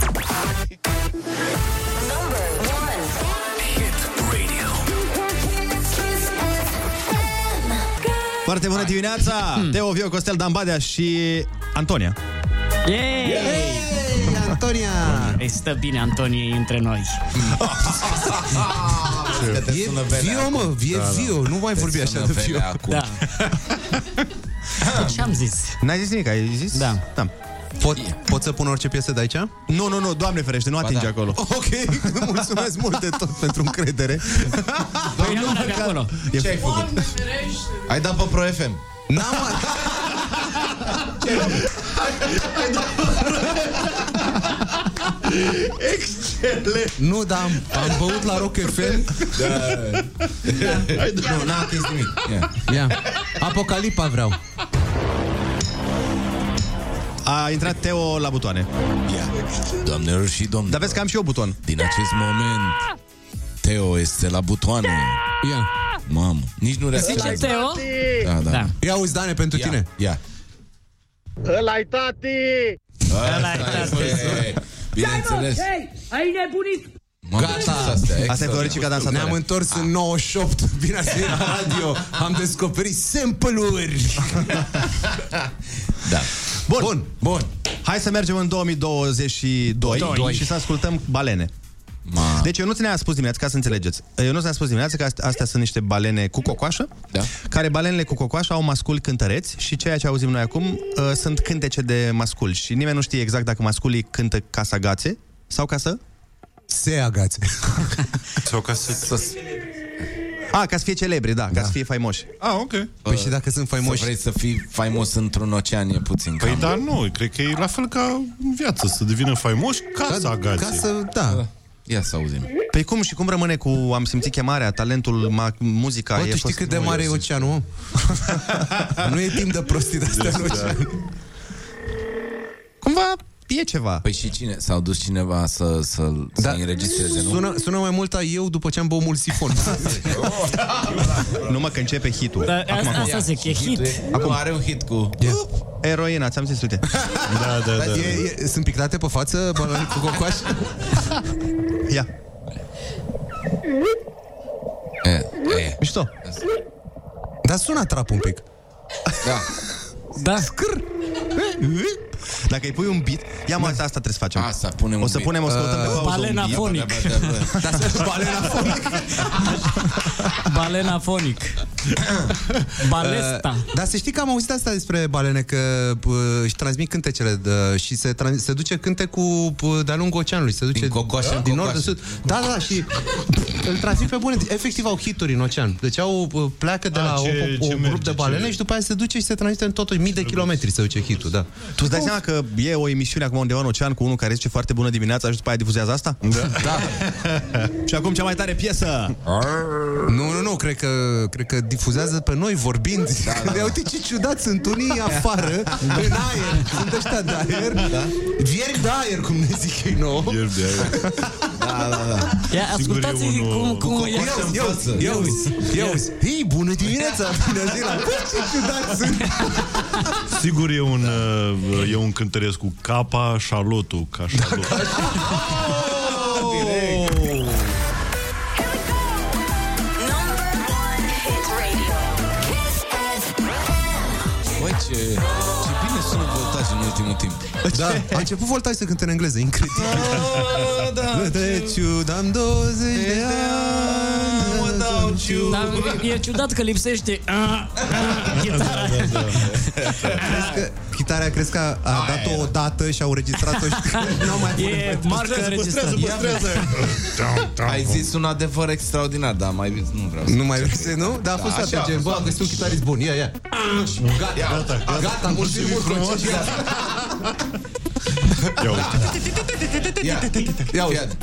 [SPEAKER 2] Foarte bună dimineața!
[SPEAKER 6] Hmm.
[SPEAKER 2] Teo Vio Costel, Dan Badea și Antonia.
[SPEAKER 20] Yay!
[SPEAKER 6] Antonia!
[SPEAKER 20] Ei stă bine Antoniei între noi.
[SPEAKER 6] E viu, mă, e
[SPEAKER 21] Da, da.
[SPEAKER 6] viu. Nu mai
[SPEAKER 21] Te
[SPEAKER 6] vorbi așa
[SPEAKER 21] sună
[SPEAKER 6] de
[SPEAKER 21] pe
[SPEAKER 6] viu.
[SPEAKER 21] alea acum.
[SPEAKER 20] Da. Ce am zis?
[SPEAKER 2] N-ai zis nimic, ai zis? Da. da.
[SPEAKER 6] Pot, pot să pun orice piesă de aici?
[SPEAKER 2] Nu, nu, nu, doamne ferește, nu
[SPEAKER 6] Ba
[SPEAKER 2] atinge
[SPEAKER 6] da.
[SPEAKER 2] acolo.
[SPEAKER 6] Ok, mulțumesc mult de tot pentru încredere.
[SPEAKER 20] Păi ia mâna de acolo.
[SPEAKER 21] Ce ai făcut? Ai dat pe Pro FM.
[SPEAKER 6] N-am mai...
[SPEAKER 21] Ai dat-
[SPEAKER 22] Excelent!
[SPEAKER 6] Nu, dar am, am băut la Rock FM.
[SPEAKER 21] Da. Nu, n-a atins nimic. Ia.
[SPEAKER 6] Ia. Apocalipa vreau.
[SPEAKER 2] A intrat Teo la butoane.
[SPEAKER 21] Doamnelor și domnilor. Dar
[SPEAKER 2] vezi că am și eu buton.
[SPEAKER 21] Din acest moment, Teo este la butoane.
[SPEAKER 6] Ia.
[SPEAKER 21] Mamă, nici nu
[SPEAKER 9] Ăla-i
[SPEAKER 21] reacționează.
[SPEAKER 9] tati!
[SPEAKER 21] Da, da.
[SPEAKER 6] Ia uzi, Dane, pentru
[SPEAKER 21] ia, tine. Ia.
[SPEAKER 9] Ăla-i tati!
[SPEAKER 21] Asta este, Bineînțeles.
[SPEAKER 9] Hei, ai nebunit!
[SPEAKER 6] Gata.
[SPEAKER 2] Asta e Floricica dansatoare.
[SPEAKER 6] Ne-am întors în 98. Bine ați venit la radio. Am descoperit sample-uri.
[SPEAKER 21] Da.
[SPEAKER 2] Bun. Bun. Bun. Hai să mergem în 2022
[SPEAKER 21] Doi.
[SPEAKER 2] și să ascultăm balene. Ma. Deci eu nu ne-a spus dimineața, ca să înțelegeți. Eu nu ne-a spus dimineața că astea, astea sunt niște balene cu cocoașă,
[SPEAKER 21] da.
[SPEAKER 2] care balenele cu cocoașă au mascul cântăreți și ceea ce auzim noi acum uh, sunt cântece de mascul și nimeni nu știe exact dacă masculii cântă ca să agațe sau ca să...
[SPEAKER 6] Se agațe.
[SPEAKER 2] sau ca să... A, ca să fie celebre, da, da, ca să fie faimoși. Ah, ok.
[SPEAKER 21] Păi și dacă sunt faimoși... Să vrei să fii faimos într-un ocean e puțin
[SPEAKER 22] Păi
[SPEAKER 21] cam.
[SPEAKER 22] da, nu, cred că e la fel ca în viață, să devină faimoși ca să agațe.
[SPEAKER 21] ca să-
[SPEAKER 6] da.
[SPEAKER 21] Ia să auzim.
[SPEAKER 2] Păi cum și cum rămâne cu am simțit chemarea, talentul, ma- muzica?
[SPEAKER 6] Bă,
[SPEAKER 2] e
[SPEAKER 6] tu știi
[SPEAKER 2] fost-
[SPEAKER 6] cât de
[SPEAKER 2] Nu,
[SPEAKER 6] mare e
[SPEAKER 2] eu zic.
[SPEAKER 6] oceanul, om? nu e timp de prostii de-astea în ocean.
[SPEAKER 2] Cumva e ceva. Da.
[SPEAKER 21] Păi și cine? S-au dus cineva să, să, să înregistreze, nu?
[SPEAKER 6] Sună, sună mai mult a eu după ce am băut mult sifon.
[SPEAKER 2] Numai că începe hitul.
[SPEAKER 6] Da, asta- asta zic, e hit.
[SPEAKER 21] Acum are un hit cu...
[SPEAKER 2] Eroina, ți-am zis, uite.
[SPEAKER 22] Da,
[SPEAKER 6] Dar e, e, sunt pictate pe față balonii cu cocoaș?
[SPEAKER 2] Ia.
[SPEAKER 21] E.
[SPEAKER 2] Mișto.
[SPEAKER 6] Dar sună trap un pic.
[SPEAKER 21] Da.
[SPEAKER 2] Da. Scr. Dacă îi pui un beat, ia mă, asta trebuie să facem.
[SPEAKER 21] Asta, punem Da,
[SPEAKER 2] o să punem, o să
[SPEAKER 6] Uh,
[SPEAKER 2] căutăm pe pauză un
[SPEAKER 20] balena
[SPEAKER 2] beat.
[SPEAKER 20] fonic.
[SPEAKER 6] balena fonic.
[SPEAKER 20] balena fonic. Balesta.
[SPEAKER 6] Uh, Dar să știi că am auzit asta despre balene, că uh, își transmit cântecele de, și se, tran- se duce cântecul uh, de-a lungul oceanului. Se duce din,
[SPEAKER 21] cocoașe în
[SPEAKER 6] din nord în
[SPEAKER 21] cocoașe.
[SPEAKER 6] sud. Da, da, și îl transmit pe bune. Efectiv au hituri în ocean. Deci au, uh, pleacă de
[SPEAKER 22] Ah,
[SPEAKER 6] la
[SPEAKER 22] ce-
[SPEAKER 6] o,
[SPEAKER 22] ce
[SPEAKER 6] o, un grup
[SPEAKER 22] merge,
[SPEAKER 6] de balene
[SPEAKER 22] ce-
[SPEAKER 6] și după aia se duce și se transmite în totul. Mii de kilometri se duce hitul, da.
[SPEAKER 2] Tu îți dai seama că e o emisiune acum undeva în ocean cu unul care zice foarte bună dimineața și după aia difuzează asta? Da. da. și acum cea mai tare piesă.
[SPEAKER 6] Nu, nu, nu, cred că, cred că difuzează pe noi vorbind. Da, da, da. Uite ce ciudat sunt unii afară, în aer. Sunt ăștia de aer. Da? Vierbi de aer, cum ne zic ei nouă. Vierbi de aer.
[SPEAKER 21] Da, da, da.
[SPEAKER 20] Ia, ascultați cum, cum
[SPEAKER 6] Ia uzi, ia uzi, ia uzi, ia uzi. Hei, bună dimineața, bună ziua. Bă, Păi, ce ciudat sunt.
[SPEAKER 22] Sigur e un, uh, e un cântăresc cu capa șalotul, ca șalot.
[SPEAKER 21] Băi, ce, ce bine sună voltaj în ultimul timp.
[SPEAKER 6] Da, Ah, a început Voltaj să cânte în engleză, incredibil.
[SPEAKER 21] da.
[SPEAKER 6] Deci, am 20 de ani.
[SPEAKER 20] Dar e ciudat că lipsește uh, a, a, chitara.
[SPEAKER 6] Chitarea crezi că a dat-o odată și au registrat-o și nu au mai
[SPEAKER 20] E marcă înregistrată.
[SPEAKER 21] Ai zis un adevăr extraordinar, dar mai nu vreau să
[SPEAKER 6] Da, Nu mai vrei, nu? Dar a fost
[SPEAKER 21] așa
[SPEAKER 6] asta,
[SPEAKER 21] a
[SPEAKER 6] gen,
[SPEAKER 21] fost,
[SPEAKER 6] bă, am găsit un chitarist bun, ia, ia. Gata, gata, gata, gata mulțumim frumos.
[SPEAKER 21] Ia,
[SPEAKER 6] ia uite.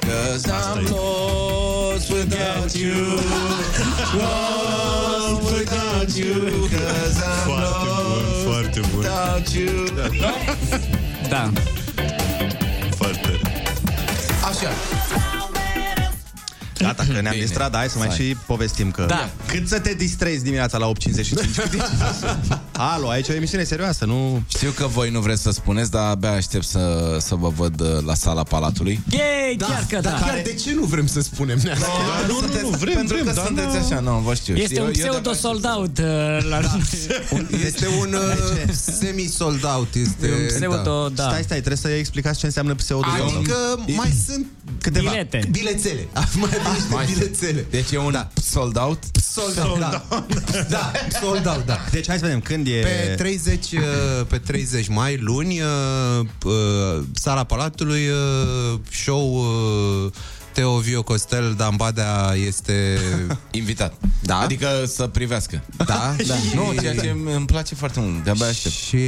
[SPEAKER 21] Cause I'm lost without you Lost without you Cause I'm
[SPEAKER 22] Foarte bun, foarte bun.
[SPEAKER 21] without you
[SPEAKER 20] Da.
[SPEAKER 22] Foarte.
[SPEAKER 21] Așa
[SPEAKER 2] Gata, că ne-am distrat, dar hai să mai
[SPEAKER 21] Hai.
[SPEAKER 2] și povestim că...
[SPEAKER 20] Da.
[SPEAKER 2] Cât să te distrezi dimineața la
[SPEAKER 6] Da,
[SPEAKER 2] 8.55? Alo, aici e o emisiune serioasă, nu...
[SPEAKER 21] Știu că voi nu vreți să spuneți, dar abia aștept să, să vă văd uh, la sala Palatului
[SPEAKER 20] Yay, chiar că da.
[SPEAKER 6] Chiar de ce nu vrem să spunem neapărat?
[SPEAKER 21] nu, nu, nu, vrem, Pentru
[SPEAKER 6] da,
[SPEAKER 21] vrem, că sunteți așa, nu, vă știu
[SPEAKER 20] Este
[SPEAKER 21] Eu-
[SPEAKER 20] un
[SPEAKER 21] eu de-abia
[SPEAKER 20] pseudo sold out uh,
[SPEAKER 2] Da.
[SPEAKER 20] la
[SPEAKER 6] Este un uh, semi-sold out. Este,
[SPEAKER 2] E un pseudo,
[SPEAKER 20] da.
[SPEAKER 2] Stai, stai, trebuie să explicați ce înseamnă pseudo.
[SPEAKER 6] Adică mai sunt
[SPEAKER 2] Câteva.
[SPEAKER 20] Bilete.
[SPEAKER 6] bilețele. Mai
[SPEAKER 21] Mai
[SPEAKER 6] niște
[SPEAKER 21] sunt.
[SPEAKER 6] bilețele.
[SPEAKER 21] Deci e un sold out
[SPEAKER 6] Sold out, da. Da, sold out, da.
[SPEAKER 2] Deci hai să vedem când e...
[SPEAKER 6] Pe 30, uh, pe 30 mai, luni, uh, uh, Sala Palatului, uh, show uh, Teo Vio Costel, Dan Badea este...
[SPEAKER 21] Invitat.
[SPEAKER 6] Da?
[SPEAKER 21] Adică să privească.
[SPEAKER 6] Da? da.
[SPEAKER 21] Nu, ceea ce îmi îmi place foarte mult. De-abia aștept.
[SPEAKER 6] Și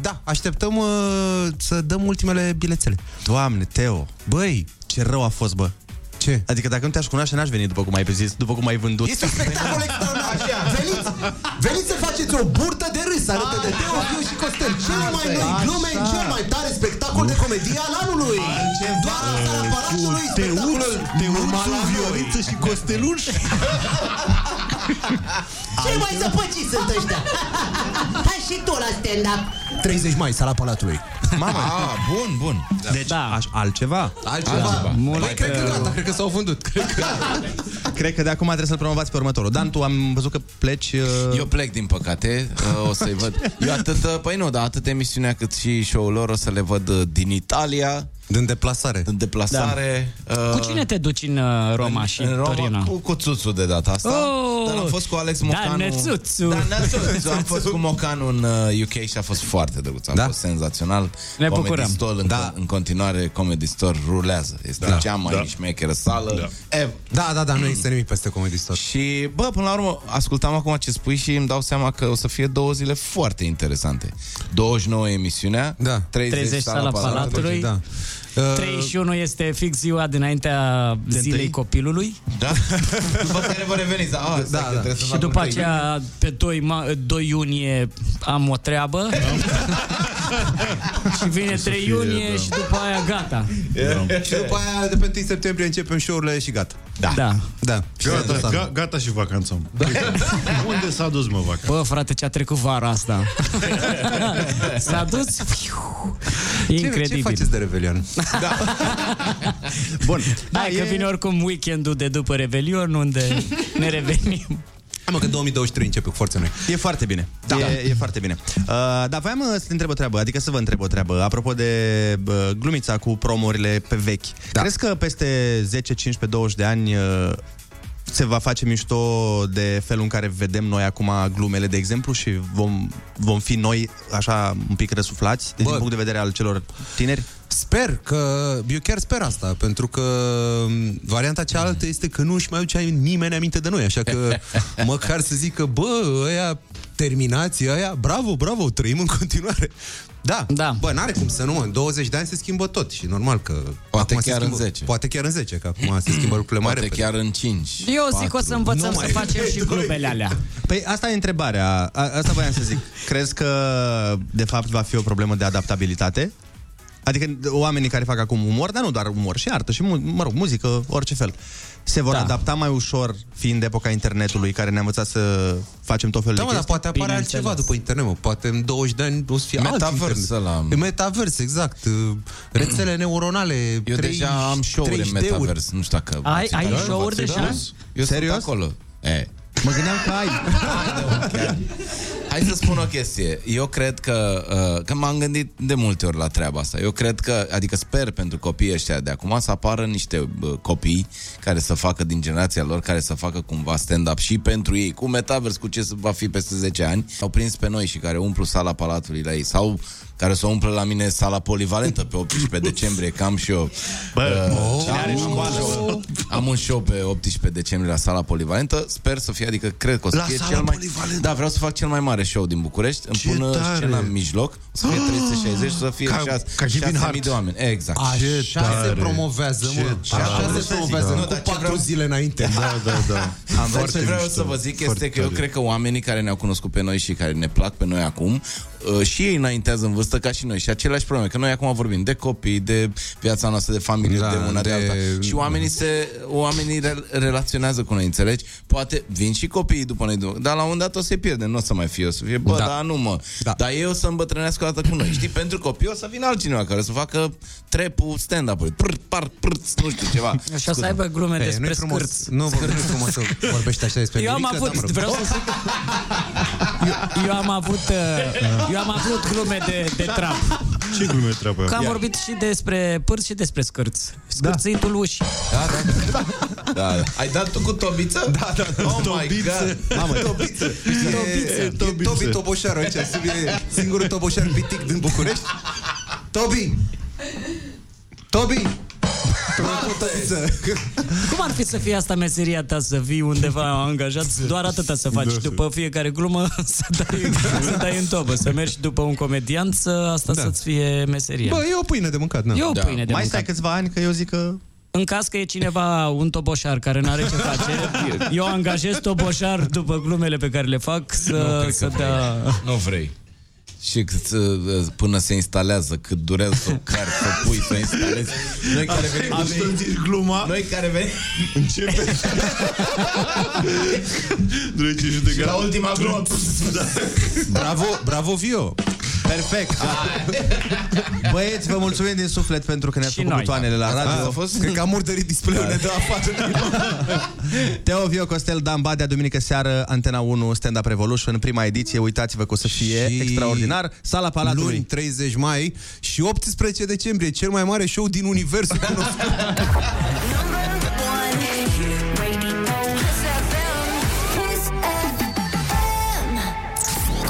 [SPEAKER 6] da, așteptăm uh, să dăm ultimele bilețele.
[SPEAKER 2] Doamne, Teo. Băi, ce rău a fost, bă.
[SPEAKER 6] Ce?
[SPEAKER 2] Adică dacă nu te-aș cunoaște, n-aș veni după cum ai zis, după cum ai vândut.
[SPEAKER 10] Este un spectacol extraordinar. Veniți, veniți să faceți o burtă de râs alături de Teo, Fiu și Costel. Cele mai noi glume în cel mai tare spectacol de comedie al anului. Doar asta la Palatului, spectacolul
[SPEAKER 22] Te urmă Vioriță și Costeluș?
[SPEAKER 10] Cei mai zăpăciți sunt ăștia. Hai și tu la stand-up.
[SPEAKER 6] 30 mai, sala Palatului.
[SPEAKER 21] Mama. Ah, bun, bun.
[SPEAKER 2] Da. Deci, da. aș, altceva?
[SPEAKER 6] Altceva.
[SPEAKER 2] Mult,
[SPEAKER 6] Păi, cred că
[SPEAKER 2] uh,
[SPEAKER 6] gata, cred că s-au vândut. Cred că...
[SPEAKER 2] Cred că de acum trebuie să-l promovați pe următorul. Dan, tu am văzut că pleci... Uh...
[SPEAKER 21] Eu plec, din păcate, uh, o să-i văd. Eu atât, uh, păi nu, dar atât emisiunea cât și show-ul lor o să le văd uh, din Italia.
[SPEAKER 6] Din deplasare.
[SPEAKER 21] Din deplasare. Da.
[SPEAKER 20] Cu cine te duci în uh, Roma și în
[SPEAKER 21] Roma,
[SPEAKER 20] Torino?
[SPEAKER 21] Cu, cu Țuțu de data asta.
[SPEAKER 20] Oh!
[SPEAKER 21] dar am fost cu Alex Mocanu.
[SPEAKER 20] Dan Nețuțu.
[SPEAKER 21] Dan Nețuțu. Am fost cu Mocanu în uh, UK și a fost foarte drăguț. A da? fost senzațional.
[SPEAKER 20] Ne
[SPEAKER 21] Comedy
[SPEAKER 20] bucurăm.
[SPEAKER 21] Store, în, da. în continuare, Comedy Store rulează. Este da. cea mai da. șmecheră sală. Da. Ev.
[SPEAKER 6] Da, da, da, nu există nimic peste Comedy Store.
[SPEAKER 21] Și, bă, până la urmă, ascultam acum ce spui și îmi dau seama că o să fie două zile foarte interesante. 29 emisiunea, da. 30,
[SPEAKER 20] 30 sala Palatului.
[SPEAKER 21] Da.
[SPEAKER 20] Uh, 31 este fix ziua dinaintea
[SPEAKER 21] De
[SPEAKER 20] zilei
[SPEAKER 21] întâi?
[SPEAKER 20] copilului.
[SPEAKER 21] Da? După care vă reveniți. Da, ah,
[SPEAKER 6] Exact,
[SPEAKER 21] da, da. Să
[SPEAKER 20] Și
[SPEAKER 21] fac
[SPEAKER 20] după
[SPEAKER 21] un trei.
[SPEAKER 20] aceea, pe 2, ma- 2 iunie am o treabă.
[SPEAKER 6] Da.
[SPEAKER 20] și vine 3 iunie și după aia gata.
[SPEAKER 6] da.
[SPEAKER 22] Da.
[SPEAKER 6] Și după aia, de pe 1 septembrie, începem show-urile și gata.
[SPEAKER 21] Da.
[SPEAKER 20] da.
[SPEAKER 6] Da.
[SPEAKER 22] Gata, ga, gata și vacanța. mă. Unde s-a dus, mă, vacanța?
[SPEAKER 20] Bă, frate, ce-a trecut vara asta. S-a dus... fiu. Incredibil.
[SPEAKER 6] Ce, ce faceți de Revelion?
[SPEAKER 2] Bun.
[SPEAKER 20] Da, că vine oricum weekendul de după Revelion, unde ne revenim.
[SPEAKER 6] Hai mă, că 2023 începe cu forțe noi.
[SPEAKER 2] E foarte bine. Da. E, e foarte bine. Uh, dar voiam uh, să te întreb o treabă, adică să vă întreb o treabă. Apropo de uh, glumița cu promorile pe vechi. Da. Crezi că peste 10, 15, 20 de ani uh, se va face mișto de felul în care vedem noi acum glumele, de exemplu, și vom, vom fi noi așa un pic răsuflați, deci, din punct de vedere al celor tineri?
[SPEAKER 6] Sper că, eu chiar sper asta, pentru că m, varianta cealaltă este că nu își mai aduce nimeni aminte de noi, așa că măcar să zică, bă, ăia terminați, ăia, bravo, bravo, trăim în continuare. Da,
[SPEAKER 20] da.
[SPEAKER 6] bă, n-are cum să nu, în 20 de ani se schimbă tot și normal că...
[SPEAKER 21] Poate
[SPEAKER 6] acum se
[SPEAKER 21] chiar în
[SPEAKER 6] schimbă,
[SPEAKER 21] 10.
[SPEAKER 6] Poate chiar în 10, că acum se schimbă lucrurile mai
[SPEAKER 21] Poate
[SPEAKER 6] repede.
[SPEAKER 21] chiar în 5.
[SPEAKER 20] Eu zic că o să învățăm
[SPEAKER 6] Nu mai-
[SPEAKER 20] să facem și glumele alea.
[SPEAKER 2] Păi asta e întrebarea, A, asta voiam să zic. Crezi că de fapt va fi o problemă de adaptabilitate? Adică oamenii care fac acum umor, dar nu doar umor, și artă, și mu- mă rog, muzică, orice fel, se vor da. adapta mai ușor fiind epoca internetului care ne-a învățat să facem tot felul
[SPEAKER 6] Da,
[SPEAKER 2] de
[SPEAKER 6] mă, dar
[SPEAKER 2] chestii?
[SPEAKER 6] poate apare altceva după internet, mă. Poate în 20 de ani o să fie alt
[SPEAKER 21] Metavers
[SPEAKER 6] internet.
[SPEAKER 21] ăla.
[SPEAKER 6] E metavers, exact. Rețele neuronale.
[SPEAKER 21] Eu deja am show-uri în metavers, nu știu dacă...
[SPEAKER 20] Ai-
[SPEAKER 21] v-ați
[SPEAKER 20] ai
[SPEAKER 21] uitat.
[SPEAKER 20] show-uri
[SPEAKER 21] V-ați
[SPEAKER 20] deja?
[SPEAKER 21] uitat? Eu Serios? sunt acolo. E.
[SPEAKER 2] Mă gândeam că ai.
[SPEAKER 21] Hai să spun o chestie. Eu cred că, uh, că m-am gândit de multe ori la treaba asta. Eu cred că, adică sper pentru copiii ăștia de acum să apară niște uh, copii care să facă din generația lor, care să facă cumva stand-up și pentru ei, cu metavers, cu ce va fi peste 10 ani. Au prins pe noi și care umplu sala Palatului la ei sau care o să umple la mine sala polivalentă pe 18 decembrie, cam și eu. Uh, Bă,
[SPEAKER 2] cine are școală, bă?
[SPEAKER 21] Am un show pe 18 decembrie la sala polivalentă. Sper să fie, adică cred că o să
[SPEAKER 22] La
[SPEAKER 21] fie
[SPEAKER 22] sala
[SPEAKER 21] cel mai...
[SPEAKER 22] polivalentă?
[SPEAKER 21] Da, vreau să fac cel mai mare show din București. Îmi
[SPEAKER 22] Ce
[SPEAKER 21] pun uh,
[SPEAKER 22] tare! Ah!
[SPEAKER 21] scena în mijloc. O să fie 360 și să fie
[SPEAKER 22] Ca-
[SPEAKER 21] 6,
[SPEAKER 22] ca Kevin Hart.
[SPEAKER 21] de oameni. Exact.
[SPEAKER 6] Așa
[SPEAKER 22] tare.
[SPEAKER 6] se promovează, mă.
[SPEAKER 22] Ce
[SPEAKER 6] Așa
[SPEAKER 21] tare.
[SPEAKER 6] se promovează,
[SPEAKER 21] Nu,
[SPEAKER 6] nu,
[SPEAKER 21] dar
[SPEAKER 6] cu
[SPEAKER 21] ce
[SPEAKER 6] patru
[SPEAKER 21] vreau-
[SPEAKER 6] zile înainte.
[SPEAKER 22] Da, da, da.
[SPEAKER 21] Am vrut Deci, Exact ce vreau
[SPEAKER 22] mișto,
[SPEAKER 21] să vă zic
[SPEAKER 22] foarte
[SPEAKER 11] foarte
[SPEAKER 21] este că eu
[SPEAKER 22] tare.
[SPEAKER 21] cred că oamenii care ne-au cunoscut pe noi și care ne plac pe noi acum, uh, și ei înaintează în vârstă ca și noi și aceleași probleme. Că noi acum vorbim de copii, de viața noastră, de familie,
[SPEAKER 6] Da,
[SPEAKER 21] de una, de,
[SPEAKER 6] de-
[SPEAKER 21] alta. Și oamenii se oamenii re- relaționează cu noi, înțelegi? Poate vin și copiii după noi, după- dar la un moment dat o să-i pierdem, nu o să mai fie, o să fie, bă, da,
[SPEAKER 6] Da.
[SPEAKER 21] da nu mă. Da.
[SPEAKER 6] Da.
[SPEAKER 21] Dar ei o să îmbătrânească o dată cu noi. Știi, pentru copii o să vină altcineva care o să facă trepul stand-up-ului. Prr, par, prr, nu știu ceva.
[SPEAKER 20] Și o să aibă glume
[SPEAKER 6] Ei, nu-i
[SPEAKER 20] despre
[SPEAKER 6] frumos,
[SPEAKER 20] scârți.
[SPEAKER 6] nu vorbești frumos să vorbești așa despre
[SPEAKER 20] Eu am
[SPEAKER 21] da,
[SPEAKER 6] mirică,
[SPEAKER 20] avut,
[SPEAKER 6] dar mă rog.
[SPEAKER 20] vreau să zic eu, eu am avut uh, Eu am avut glume de, de trap
[SPEAKER 22] Ce glume treabă?
[SPEAKER 20] Că am
[SPEAKER 22] Ia.
[SPEAKER 20] vorbit și despre pârți și despre scârți Scârțitul da. ușii
[SPEAKER 21] Da, da. Ai dat tu cu tobiță? Da, da, da. Oh my
[SPEAKER 22] Tobiță.
[SPEAKER 21] god. Mamă, tobiță.
[SPEAKER 6] E- E Tobi Toboșaru aici, e singurul toboșar pitic din București. Tobi! Tobi!
[SPEAKER 20] Cum ar fi să fie asta meseria ta, să fii undeva
[SPEAKER 21] Da.
[SPEAKER 20] angajat, doar atâta să faci. După fiecare glumă să dai, să dai în tobă, să mergi după un comedian, să asta da. să-ți fie meseria.
[SPEAKER 6] Bă, e o pâine de mâncat, nu?
[SPEAKER 20] E o Da. pâine de
[SPEAKER 2] Mai stai
[SPEAKER 20] mâncat.
[SPEAKER 2] câțiva ani că eu zic că...
[SPEAKER 20] În caz că e cineva, un toboșar care nu are ce face, eu angajez toboșar după glumele pe care le fac
[SPEAKER 21] nu
[SPEAKER 20] să,
[SPEAKER 21] cred
[SPEAKER 20] să
[SPEAKER 21] că vrei.
[SPEAKER 20] dea...
[SPEAKER 21] Nu vrei. Și cât, uh, până se instalează, cât durează să o cari, să o pui, să o instalezi. Noi care venim...
[SPEAKER 22] Astăzi gluma.
[SPEAKER 21] Noi care venim...
[SPEAKER 22] Începe. Drăgi judecat.
[SPEAKER 21] La ultima glumă. Da.
[SPEAKER 2] Bravo, bravo, Vio! Perfect! Băieți, vă mulțumim din suflet pentru că ne-ați
[SPEAKER 6] Și
[SPEAKER 2] făcut
[SPEAKER 6] noi.
[SPEAKER 2] butoanele la
[SPEAKER 6] Asta
[SPEAKER 2] radio.
[SPEAKER 6] a fost? Cred că am
[SPEAKER 2] murdărit
[SPEAKER 6] display-ul de la
[SPEAKER 2] Teo Vio Costel, Dan Badea, duminică seară, Antena 1, Stand Up Revolution, prima ediție. Uitați-vă că o să fie
[SPEAKER 6] Și
[SPEAKER 2] extraordinar. Sala Palatului.
[SPEAKER 6] Luni, 30 mai și 18 decembrie, cel mai mare show din universul cunoscut.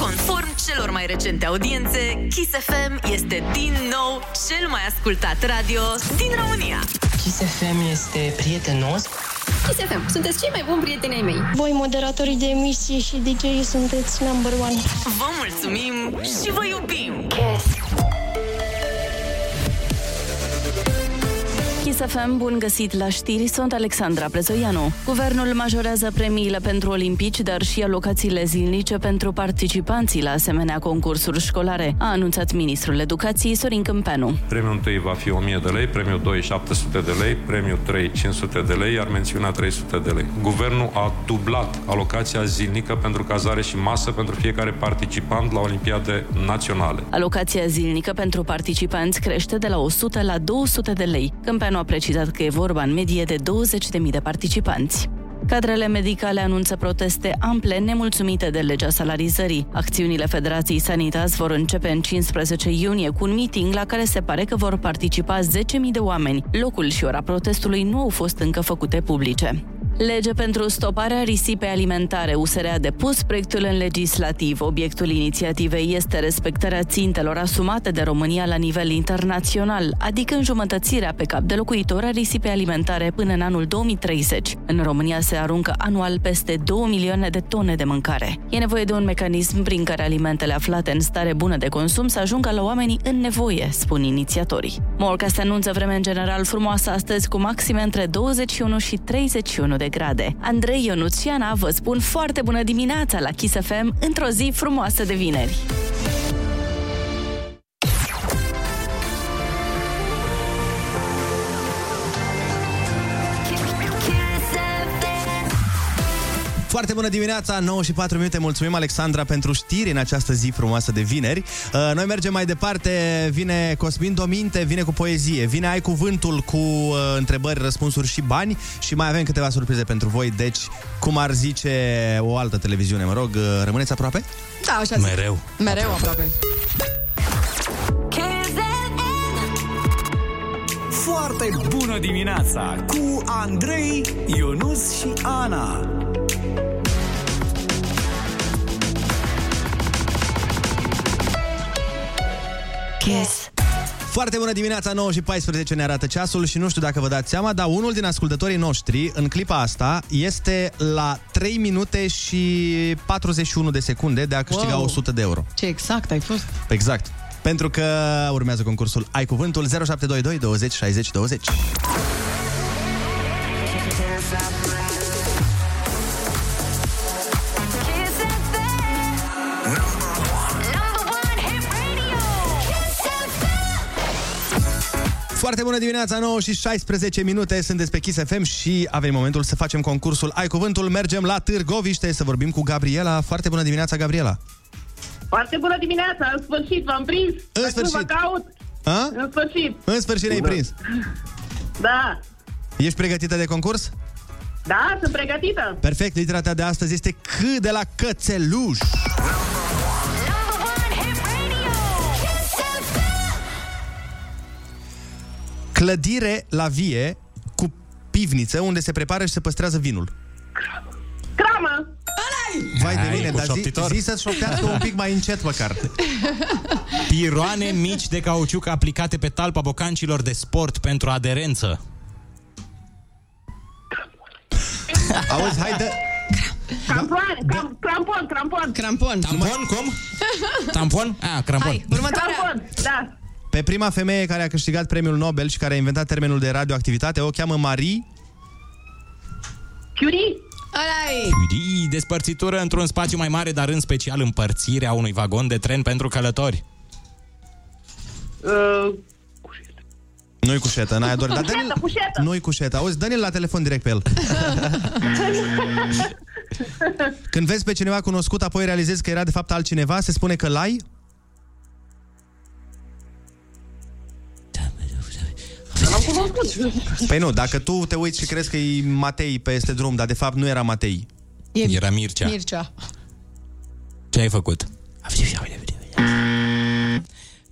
[SPEAKER 7] Conform celor mai recente audiențe, Kiss FM este din nou cel mai ascultat radio din România.
[SPEAKER 5] Kiss FM este prietenos.
[SPEAKER 7] Kiss FM, sunteți cei mai buni prieteni ai mei.
[SPEAKER 12] Voi, moderatorii de emisie și dj sunteți number one.
[SPEAKER 7] Vă mulțumim și vă iubim!
[SPEAKER 8] Chisafem, bun găsit la știri, sunt Alexandra Prezoianu. Guvernul majorează premiile pentru olimpici, dar și alocațiile zilnice pentru participanții la asemenea concursuri școlare, a anunțat ministrul educației Sorin Câmpenu.
[SPEAKER 18] Premiul 1 va fi 1000 de lei, premiul 2 700 de lei, premiul 3 500 de lei, iar mențiunea 300 de lei. Guvernul a dublat alocația zilnică pentru cazare și masă pentru fiecare participant la Olimpiade Naționale.
[SPEAKER 8] Alocația zilnică pentru participanți crește de la 100 la 200 de lei. Câmpenu a precizat că e vorba în medie de 20.000 de participanți. Cadrele medicale anunță proteste ample nemulțumite de legea salarizării. Acțiunile Federației Sanitas vor începe în 15 iunie cu un meeting la care se pare că vor participa 10.000 de oameni. Locul și ora protestului nu au fost încă făcute publice. Lege pentru stoparea risipei alimentare. USR a depus proiectul în legislativ. Obiectul inițiativei este respectarea țintelor asumate de România la nivel internațional, adică înjumătățirea pe cap de locuitor a risipei alimentare până în anul 2030. În România se aruncă anual peste 2 milioane de tone de mâncare. E nevoie de un mecanism prin care alimentele aflate în stare bună de consum să ajungă la oamenii în nevoie, spun inițiatorii. Morca se anunță vreme în general frumoasă astăzi cu maxime între 21 și 31 de grade. Andrei Ionuț și Ana vă spun foarte bună dimineața la Kiss FM într-o zi frumoasă de vineri.
[SPEAKER 2] Foarte bună dimineața, 9 și 4 minute. Mulțumim, Alexandra, pentru știri în această zi frumoasă de vineri. Uh, Noi mergem mai departe. Vine Cosmin Dominte, vine cu poezie, vine Ai Cuvântul cu uh, întrebări, răspunsuri și bani și mai avem câteva surprize pentru voi. Deci, cum ar zice o altă televiziune, mă rog, uh, rămâneți aproape?
[SPEAKER 11] Da, așa zic. Mereu aproape.
[SPEAKER 23] Foarte bună dimineața cu Andrei, Ionus și Ana.
[SPEAKER 2] Yes. Foarte bună dimineața, 9 și 14 ne arată ceasul și nu știu dacă vă dați seama, dar unul din ascultătorii noștri în clipa asta este la 3 minute și 41 de secunde de a câștiga
[SPEAKER 11] Wow.
[SPEAKER 2] 100 de euro.
[SPEAKER 11] Ce exact ai fost?
[SPEAKER 2] Exact. Pentru că urmează concursul Ai Cuvântul 0722 20 60 20. Foarte bună dimineața, 9 și 16 minute, sunt despre Kiss FM și a venit momentul să facem concursul Ai Cuvântul. Mergem la Târgoviște să vorbim cu Gabriela. Foarte bună dimineața, Gabriela.
[SPEAKER 24] Foarte bună dimineața, în sfârșit v-am prins. În
[SPEAKER 2] sfârșit.
[SPEAKER 24] Vă caut.
[SPEAKER 2] A?
[SPEAKER 24] În sfârșit.
[SPEAKER 2] În sfârșit ne-ai prins.
[SPEAKER 24] Da,
[SPEAKER 2] Ești pregătită de concurs?
[SPEAKER 24] da, sunt pregătită.
[SPEAKER 2] Perfect, litera ta de astăzi este C de la cățeluș. Clădire la vie cu pivniță unde se prepară și se păstrează vinul.
[SPEAKER 24] Cramă!
[SPEAKER 2] Vai de
[SPEAKER 3] Hai,
[SPEAKER 2] mine,
[SPEAKER 3] cu
[SPEAKER 2] dar zi,
[SPEAKER 3] șoptitor.
[SPEAKER 2] zi să șoptească un pic mai încet măcar.
[SPEAKER 3] Piroane mici de cauciuc aplicate pe talpa bocancilor de sport pentru aderență.
[SPEAKER 2] Auzi, hai dă... Da.
[SPEAKER 24] Crampoane, cram, crampon, crampon.
[SPEAKER 11] Crampon.
[SPEAKER 3] Tampon, cum? Tampon? Ah, crampon. Hai,
[SPEAKER 24] următoarea. Crampon, da.
[SPEAKER 2] Pe prima femeie care a câștigat premiul Nobel și care a inventat termenul de radioactivitate o cheamă Marie
[SPEAKER 24] Curie?
[SPEAKER 11] Alai.
[SPEAKER 3] Curie, despărțitură într-un spațiu mai mare, dar în special împărțirea unui vagon de tren pentru călători.
[SPEAKER 24] Uh,
[SPEAKER 2] Nu-i cu șeta, n-ai doar. Dar Daniel...
[SPEAKER 24] Cușetă, cușetă.
[SPEAKER 2] Nu-i cu șeta. Auzi, dă la telefon direct pe el. Când vezi pe cineva cunoscut, apoi realizezi că era de fapt altcineva, se spune că l-ai? Păi nu, dacă tu te uiți și crezi că e Matei peste drum, dar de fapt nu era Matei.
[SPEAKER 3] Era Mircea.
[SPEAKER 11] Mircea.
[SPEAKER 3] Ce ai făcut?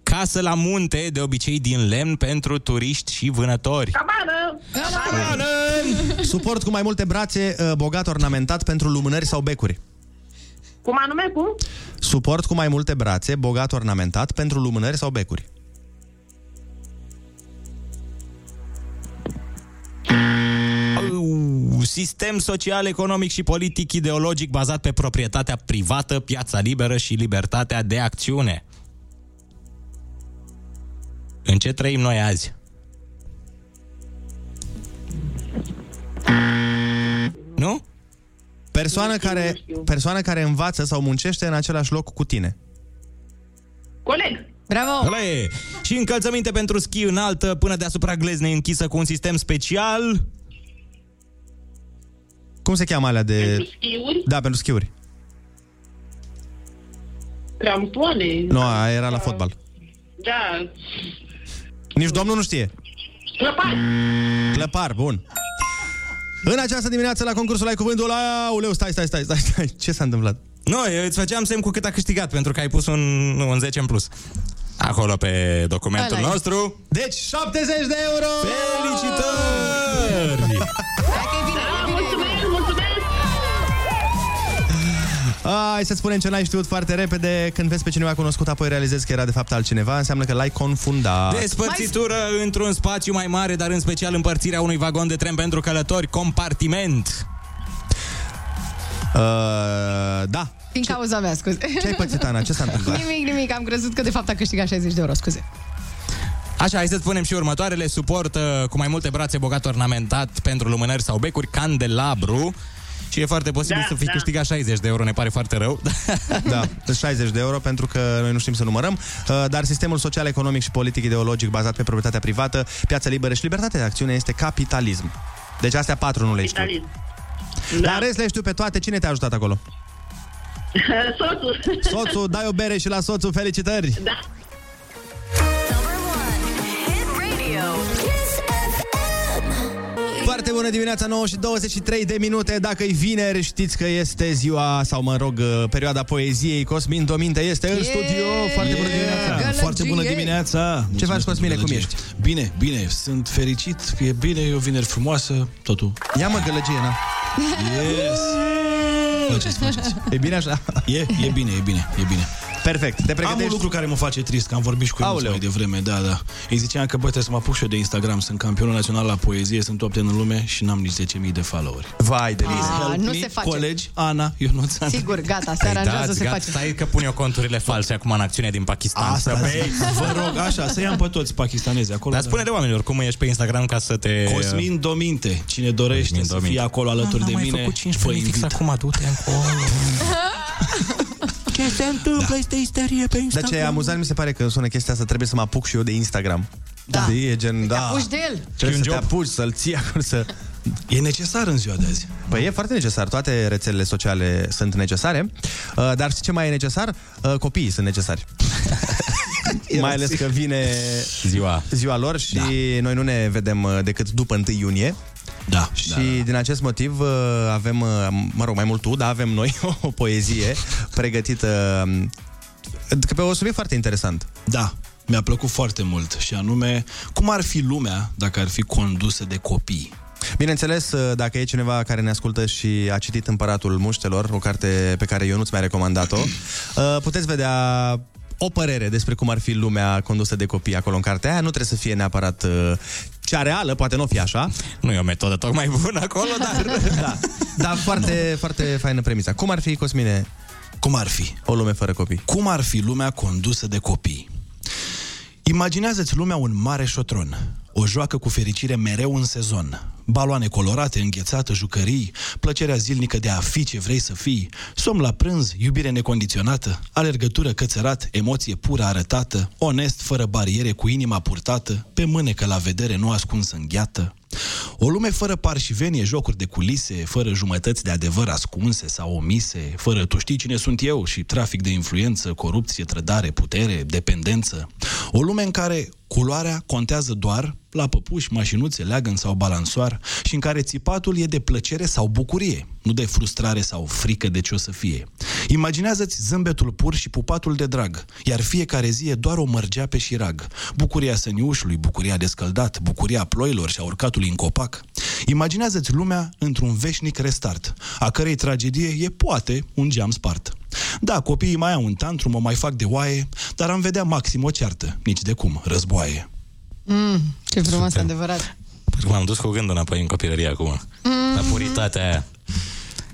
[SPEAKER 3] Casă la munte, de obicei din lemn pentru turiști și vânători.
[SPEAKER 24] Cabană! Cabană!
[SPEAKER 2] Suport cu mai multe brațe, uh, bogat ornamentat pentru lumânări sau becuri.
[SPEAKER 24] Cum anume, cum?
[SPEAKER 2] Suport cu mai multe brațe, bogat ornamentat pentru lumânări sau becuri.
[SPEAKER 3] Au, Sistem social, economic și politic ideologic bazat pe proprietatea privată, piața liberă și libertatea de acțiune. În ce trăim noi azi? Nu?
[SPEAKER 2] Persoană care, persoană care învață sau muncește în același loc cu tine.
[SPEAKER 24] Coleg.
[SPEAKER 11] Bravo!
[SPEAKER 3] Ăla e. Și încălțăminte pentru schi înaltă până deasupra gleznei închisă cu un sistem special.
[SPEAKER 2] Cum se cheamă alea de...
[SPEAKER 24] Schiuri,
[SPEAKER 2] Da, pentru schiuri.
[SPEAKER 24] crampoane.
[SPEAKER 2] Nu, aia era la fotbal.
[SPEAKER 24] Da.
[SPEAKER 2] Nici domnul nu știe.
[SPEAKER 24] Clăpari.
[SPEAKER 2] Clăpar, bun. În această dimineață la concursul ai cuvântul la uleu, stai, stai, stai, stai, stai. Ce s-a întâmplat?
[SPEAKER 3] Nu, eu îți făceam semn cu cât a câștigat, pentru că ai pus un, un 10 în plus. Acolo pe documentul
[SPEAKER 2] Ăla e.
[SPEAKER 3] nostru.
[SPEAKER 2] Deci 70 de euro!
[SPEAKER 3] Felicitări!
[SPEAKER 24] Da, mulțumesc, mulțumesc.
[SPEAKER 2] Hai să spunem ce n-ai știut foarte repede. Când vezi pe cineva cunoscut, apoi realizezi că era de fapt altcineva, înseamnă că l-ai confundat.
[SPEAKER 3] Despărțitură într-un spațiu mai mare, dar în special împărțirea unui vagon de tren pentru călători, compartiment.
[SPEAKER 2] Uh, da.
[SPEAKER 11] Din cauza mea, scuze.
[SPEAKER 2] Ce ai pățit, Ana? Ce s-a
[SPEAKER 3] Da.
[SPEAKER 2] întâmplat?
[SPEAKER 11] Nimic, nimic, am crezut că de fapt a câștigat 60 de euro, scuze.
[SPEAKER 3] Așa, hai să spunem și următoarele. Suport uh, cu mai multe brațe bogat ornamentat pentru lumânări sau becuri, candelabru. Și e foarte posibil
[SPEAKER 24] Da,
[SPEAKER 3] să fi
[SPEAKER 24] da.
[SPEAKER 3] câștigat 60 de euro, ne pare foarte rău.
[SPEAKER 2] Da, deci 60 de euro pentru că noi nu știm să numărăm, Uh, dar sistemul social, economic și politic ideologic bazat pe proprietatea privată, piața liberă și libertatea de acțiune este capitalism. Deci astea patru nu le știu.
[SPEAKER 24] Italian.
[SPEAKER 2] Dar în rest le știu pe toate. Cine te-a ajutat acolo?
[SPEAKER 24] Soțul.
[SPEAKER 2] Soțul, dai o bere și la soțul, felicitări!
[SPEAKER 24] Da.
[SPEAKER 2] Foarte bună dimineața, 9 și 23 de minute. Dacă e vineri, știți că este ziua, sau mă rog, uh, perioada poeziei. Cosmin Dominte este în studio. Foarte bună dimineața!
[SPEAKER 14] Foarte bună dimineața! Mulțumesc
[SPEAKER 2] faci, Cosmine,
[SPEAKER 14] pentru
[SPEAKER 2] cum
[SPEAKER 14] gălăgie. Bine, bine, sunt fericit, e bine, e o vineri frumoasă, totul.
[SPEAKER 2] Ia mă gălăgie, na.
[SPEAKER 14] Yes! Faceți, faceți.
[SPEAKER 2] E bine așa?
[SPEAKER 14] E, e bine, e bine, e bine.
[SPEAKER 2] Perfect. Te pregătești?
[SPEAKER 14] Am un lucru care mă face trist, că am vorbit și cu el mai devreme, da, da. Îi ziceam că, bă, trebuie să mă apuc și eu de Instagram, sunt campionul național la poezie, sunt top 10 în lume și n-am nici 10.000 de followeri.
[SPEAKER 2] Vai de mine.
[SPEAKER 11] Ah, nu se face.
[SPEAKER 14] Colegi, Ana, Ionuț, Ana.
[SPEAKER 11] Sigur, gata, se aranjează, se
[SPEAKER 3] gata,
[SPEAKER 11] face.
[SPEAKER 3] Păi da, stai că pun eu conturile false acum în acțiune din Pakistan.
[SPEAKER 14] Asta
[SPEAKER 3] Să
[SPEAKER 14] zic.
[SPEAKER 3] bei.
[SPEAKER 14] Vă rog, așa, să iau pe toți pakistanezii acolo. da.
[SPEAKER 3] Dar spune de oamenilor cum ești pe Instagram ca să te...
[SPEAKER 14] Cosmin Dominte, cine dorește
[SPEAKER 3] Cosmin
[SPEAKER 14] să
[SPEAKER 3] Dominte.
[SPEAKER 14] fie acolo alături
[SPEAKER 3] Ah,
[SPEAKER 14] de
[SPEAKER 3] am mai
[SPEAKER 14] mine,
[SPEAKER 3] făcut cinci
[SPEAKER 14] vă
[SPEAKER 3] felii fix
[SPEAKER 14] invit.
[SPEAKER 3] acum, du-te acolo. Ce se întâmplă? Da. Este isterie pe
[SPEAKER 2] Dar ce e amuzant mi se pare că sună chestia asta, trebuie să mă apuc și eu de Instagram.
[SPEAKER 11] Da.
[SPEAKER 2] Știi? E
[SPEAKER 3] Păi
[SPEAKER 2] gen, da.
[SPEAKER 11] Puși de el.
[SPEAKER 2] Trebuie să
[SPEAKER 14] E un
[SPEAKER 2] te
[SPEAKER 14] job.
[SPEAKER 2] apuci, să-l ții acolo, să...
[SPEAKER 14] E necesar în ziua de azi.
[SPEAKER 2] Păi e foarte necesar, toate rețelele sociale sunt necesare, Uh, dar știi ce mai e necesar? Uh, Copiii sunt necesari. mai ales că vine
[SPEAKER 3] Ziua.
[SPEAKER 2] ziua lor și noi nu ne vedem uh, decât după 1 iunie.
[SPEAKER 14] Da.
[SPEAKER 2] Și din acest motiv uh, avem, uh, mă rog, mai mult tu, dar avem noi o poezie pregătită um, că pe un subiect foarte interesant.
[SPEAKER 14] Da, mi-a plăcut foarte mult și anume cum ar fi lumea dacă ar fi condusă de copii.
[SPEAKER 2] Bineînțeles, uh, dacă e cineva care ne ascultă și a citit Împăratul Muștelor, o carte pe care eu nu ți mi-a recomandat-o, uh, puteți vedea o părere despre cum ar fi lumea condusă de copii acolo în cartea aia. Nu trebuie să fie neapărat uh, cea reală poate nu o fi așa.
[SPEAKER 3] Nu e o metodă tocmai bună acolo, dar...
[SPEAKER 2] da. Dar foarte, foarte faină premisa. Cum ar fi, Cosmine?
[SPEAKER 14] Cum ar fi?
[SPEAKER 2] O lume fără copii.
[SPEAKER 14] Cum ar fi lumea condusă de copii? Imaginează-ți lumea un mare șotron. O joacă cu fericire mereu în sezon. Baloane colorate, înghețată, jucării, plăcerea zilnică de a fi ce vrei să fii, somn la prânz, iubire necondiționată, alergătură cățărat, emoție pură arătată, onest, fără bariere, cu inima purtată, pe mânecă la vedere nu ascuns îngheată. O lume fără parșivenie, jocuri de culise, fără jumătăți de adevăr ascunse sau omise, fără tu știi cine sunt eu și trafic de influență, corupție, trădare, putere, dependență. O lume în care culoarea contează doar la păpuși, mașinuțe, leagăn sau balansoar și în care țipatul e de plăcere sau bucurie, nu de frustrare sau frică de ce o să fie. Imaginează-ți zâmbetul pur și pupatul de drag, iar fiecare zi e doar o mărgea pe șirag. Bucuria săniușului, bucuria de scăldat, bucuria ploilor și a urcatului în copac. Imaginează-ți lumea într-un veșnic restart, a cărei tragedie e poate un geam spart. Da, copiii mai au un tantrum, o mai fac de oaie, dar am vedea maxim o ceartă, nici de cum, războaie.
[SPEAKER 4] Mm, ce frumos, adevărat.
[SPEAKER 3] Păi, M-am dus cu gândul înapoi în copilărie acum. Mm. La
[SPEAKER 11] Mhm.
[SPEAKER 3] puritatea aia.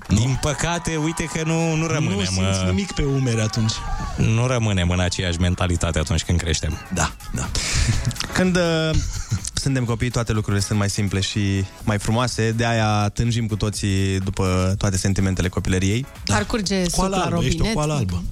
[SPEAKER 3] Din păcate, uite că nu, nu rămânem...
[SPEAKER 14] Nu simți
[SPEAKER 3] uh,
[SPEAKER 14] nimic pe umeri atunci.
[SPEAKER 3] nu rămânem în aceeași mentalitate atunci când creștem.
[SPEAKER 14] Da, da.
[SPEAKER 2] Când uh, suntem copii, toate lucrurile sunt mai simple și mai frumoase, de aia tânjim cu toții după toate sentimentele copilăriei.
[SPEAKER 4] Da. Ar curge
[SPEAKER 14] Coala
[SPEAKER 4] la
[SPEAKER 14] albă, ești o
[SPEAKER 4] robinet.
[SPEAKER 14] coală albă.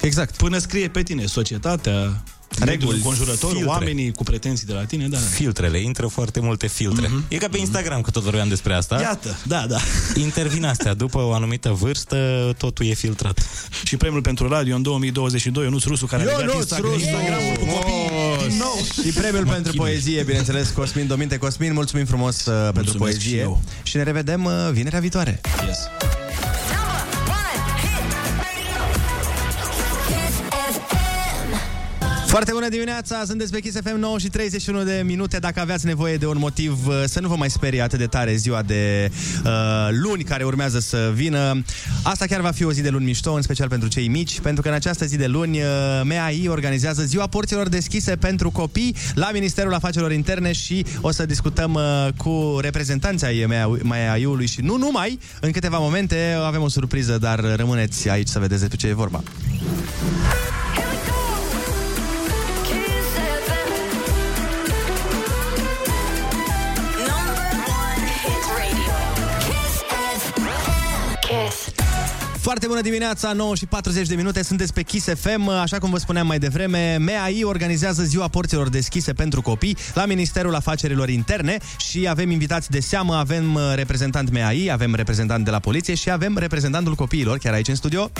[SPEAKER 2] Exact.
[SPEAKER 14] Până scrie pe tine societatea, reguli, conjurător,
[SPEAKER 3] filtre.
[SPEAKER 14] oamenii cu pretenții de la tine, da.
[SPEAKER 3] Filtrele, intră foarte multe filtre.
[SPEAKER 14] Mhm.
[SPEAKER 3] Mm-hmm. E ca pe Instagram, că tot vorbeam despre asta.
[SPEAKER 14] Iată, da, da.
[SPEAKER 3] Intervin astea, după o anumită vârstă, totul e filtrat.
[SPEAKER 14] Și premiul pentru radio în 2022, Ionuț Rusu, care a legat Instagram- Instagram-ul cu copiii din nou.
[SPEAKER 2] Și premiul pentru poezie, bineînțeles, Cosmin Dominte. Cosmin, mulțumim frumos uh, pentru
[SPEAKER 14] Mulțumesc și
[SPEAKER 2] poezie.
[SPEAKER 14] eu.
[SPEAKER 2] Și, ne revedem uh, vinerea viitoare.
[SPEAKER 14] Yes.
[SPEAKER 2] Foarte bună dimineața, sunteți pe Kiss FM 9 și 31 de minute. Dacă aveați nevoie de un motiv uh, să nu vă mai sperie atât de tare ziua de uh, luni care urmează să vină, asta chiar va fi o zi de luni mișto, în special pentru cei mici, pentru că în această zi de luni uh, MAI organizează ziua porților deschise pentru copii la Ministerul Afacerilor Interne și o să discutăm uh, cu reprezentanții ai MAI MAI-ului și nu numai, în câteva momente avem o surpriză, dar rămâneți aici să vedeți despre ce e vorba. Foarte bună dimineața, 9 și 40 de minute, sunteți pe Kiss FM, așa cum vă spuneam mai devreme, MAI organizează ziua porților deschise pentru copii la Ministerul Afacerilor Interne și avem invitați de seamă, avem uh, reprezentant MAI, avem reprezentant de la poliție și avem reprezentantul copiilor chiar aici în studio.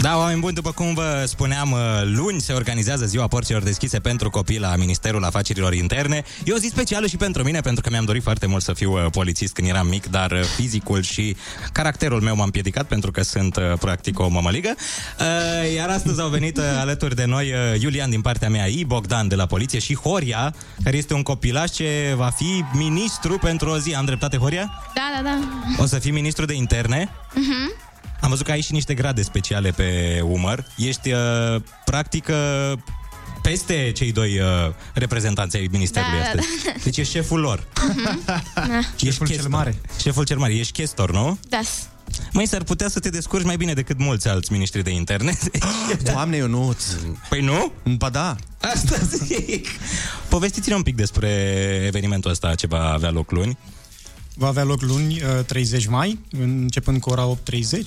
[SPEAKER 3] Da, oameni buni, după cum vă spuneam, uh, luni se organizează Ziua Porților Deschise pentru Copii la Ministerul Afacerilor Interne. E o zi specială și pentru mine, pentru că mi-am dorit foarte mult să fiu uh, polițist când eram mic, dar uh, fizicul și caracterul meu m-a împiedicat pentru că sunt, uh, practic, o mămăligă. Uh, Iar astăzi au venit uh, alături de noi uh, Iulian din partea mea, I, Bogdan de la poliție și Horia, care este un copilaș ce va fi ministru pentru o zi. Am dreptate, Horia?
[SPEAKER 16] Da, da, da.
[SPEAKER 3] O să fii ministru de interne?
[SPEAKER 16] Uh-huh.
[SPEAKER 3] Am văzut că ai și niște grade speciale pe umăr. Ești, uh, practic, uh, peste cei doi uh, reprezentanți ai ministerului
[SPEAKER 16] Da, da,
[SPEAKER 3] astăzi.
[SPEAKER 16] da. Mhm.
[SPEAKER 3] Deci ești șeful lor. Șeful ești cel mare. Șeful cel mare. Ești chestor, nu?
[SPEAKER 16] Da.
[SPEAKER 3] Mai s-ar putea să te descurci mai bine decât mulți alți miniștri de internet.
[SPEAKER 2] Doamne, eu nu.
[SPEAKER 3] Păi nu?
[SPEAKER 2] Ba da.
[SPEAKER 3] Asta zic. Povestiți-ne un pic despre evenimentul ăsta ce va avea loc luni.
[SPEAKER 24] Va avea loc luni, uh, 30 mai, începând cu ora 8.30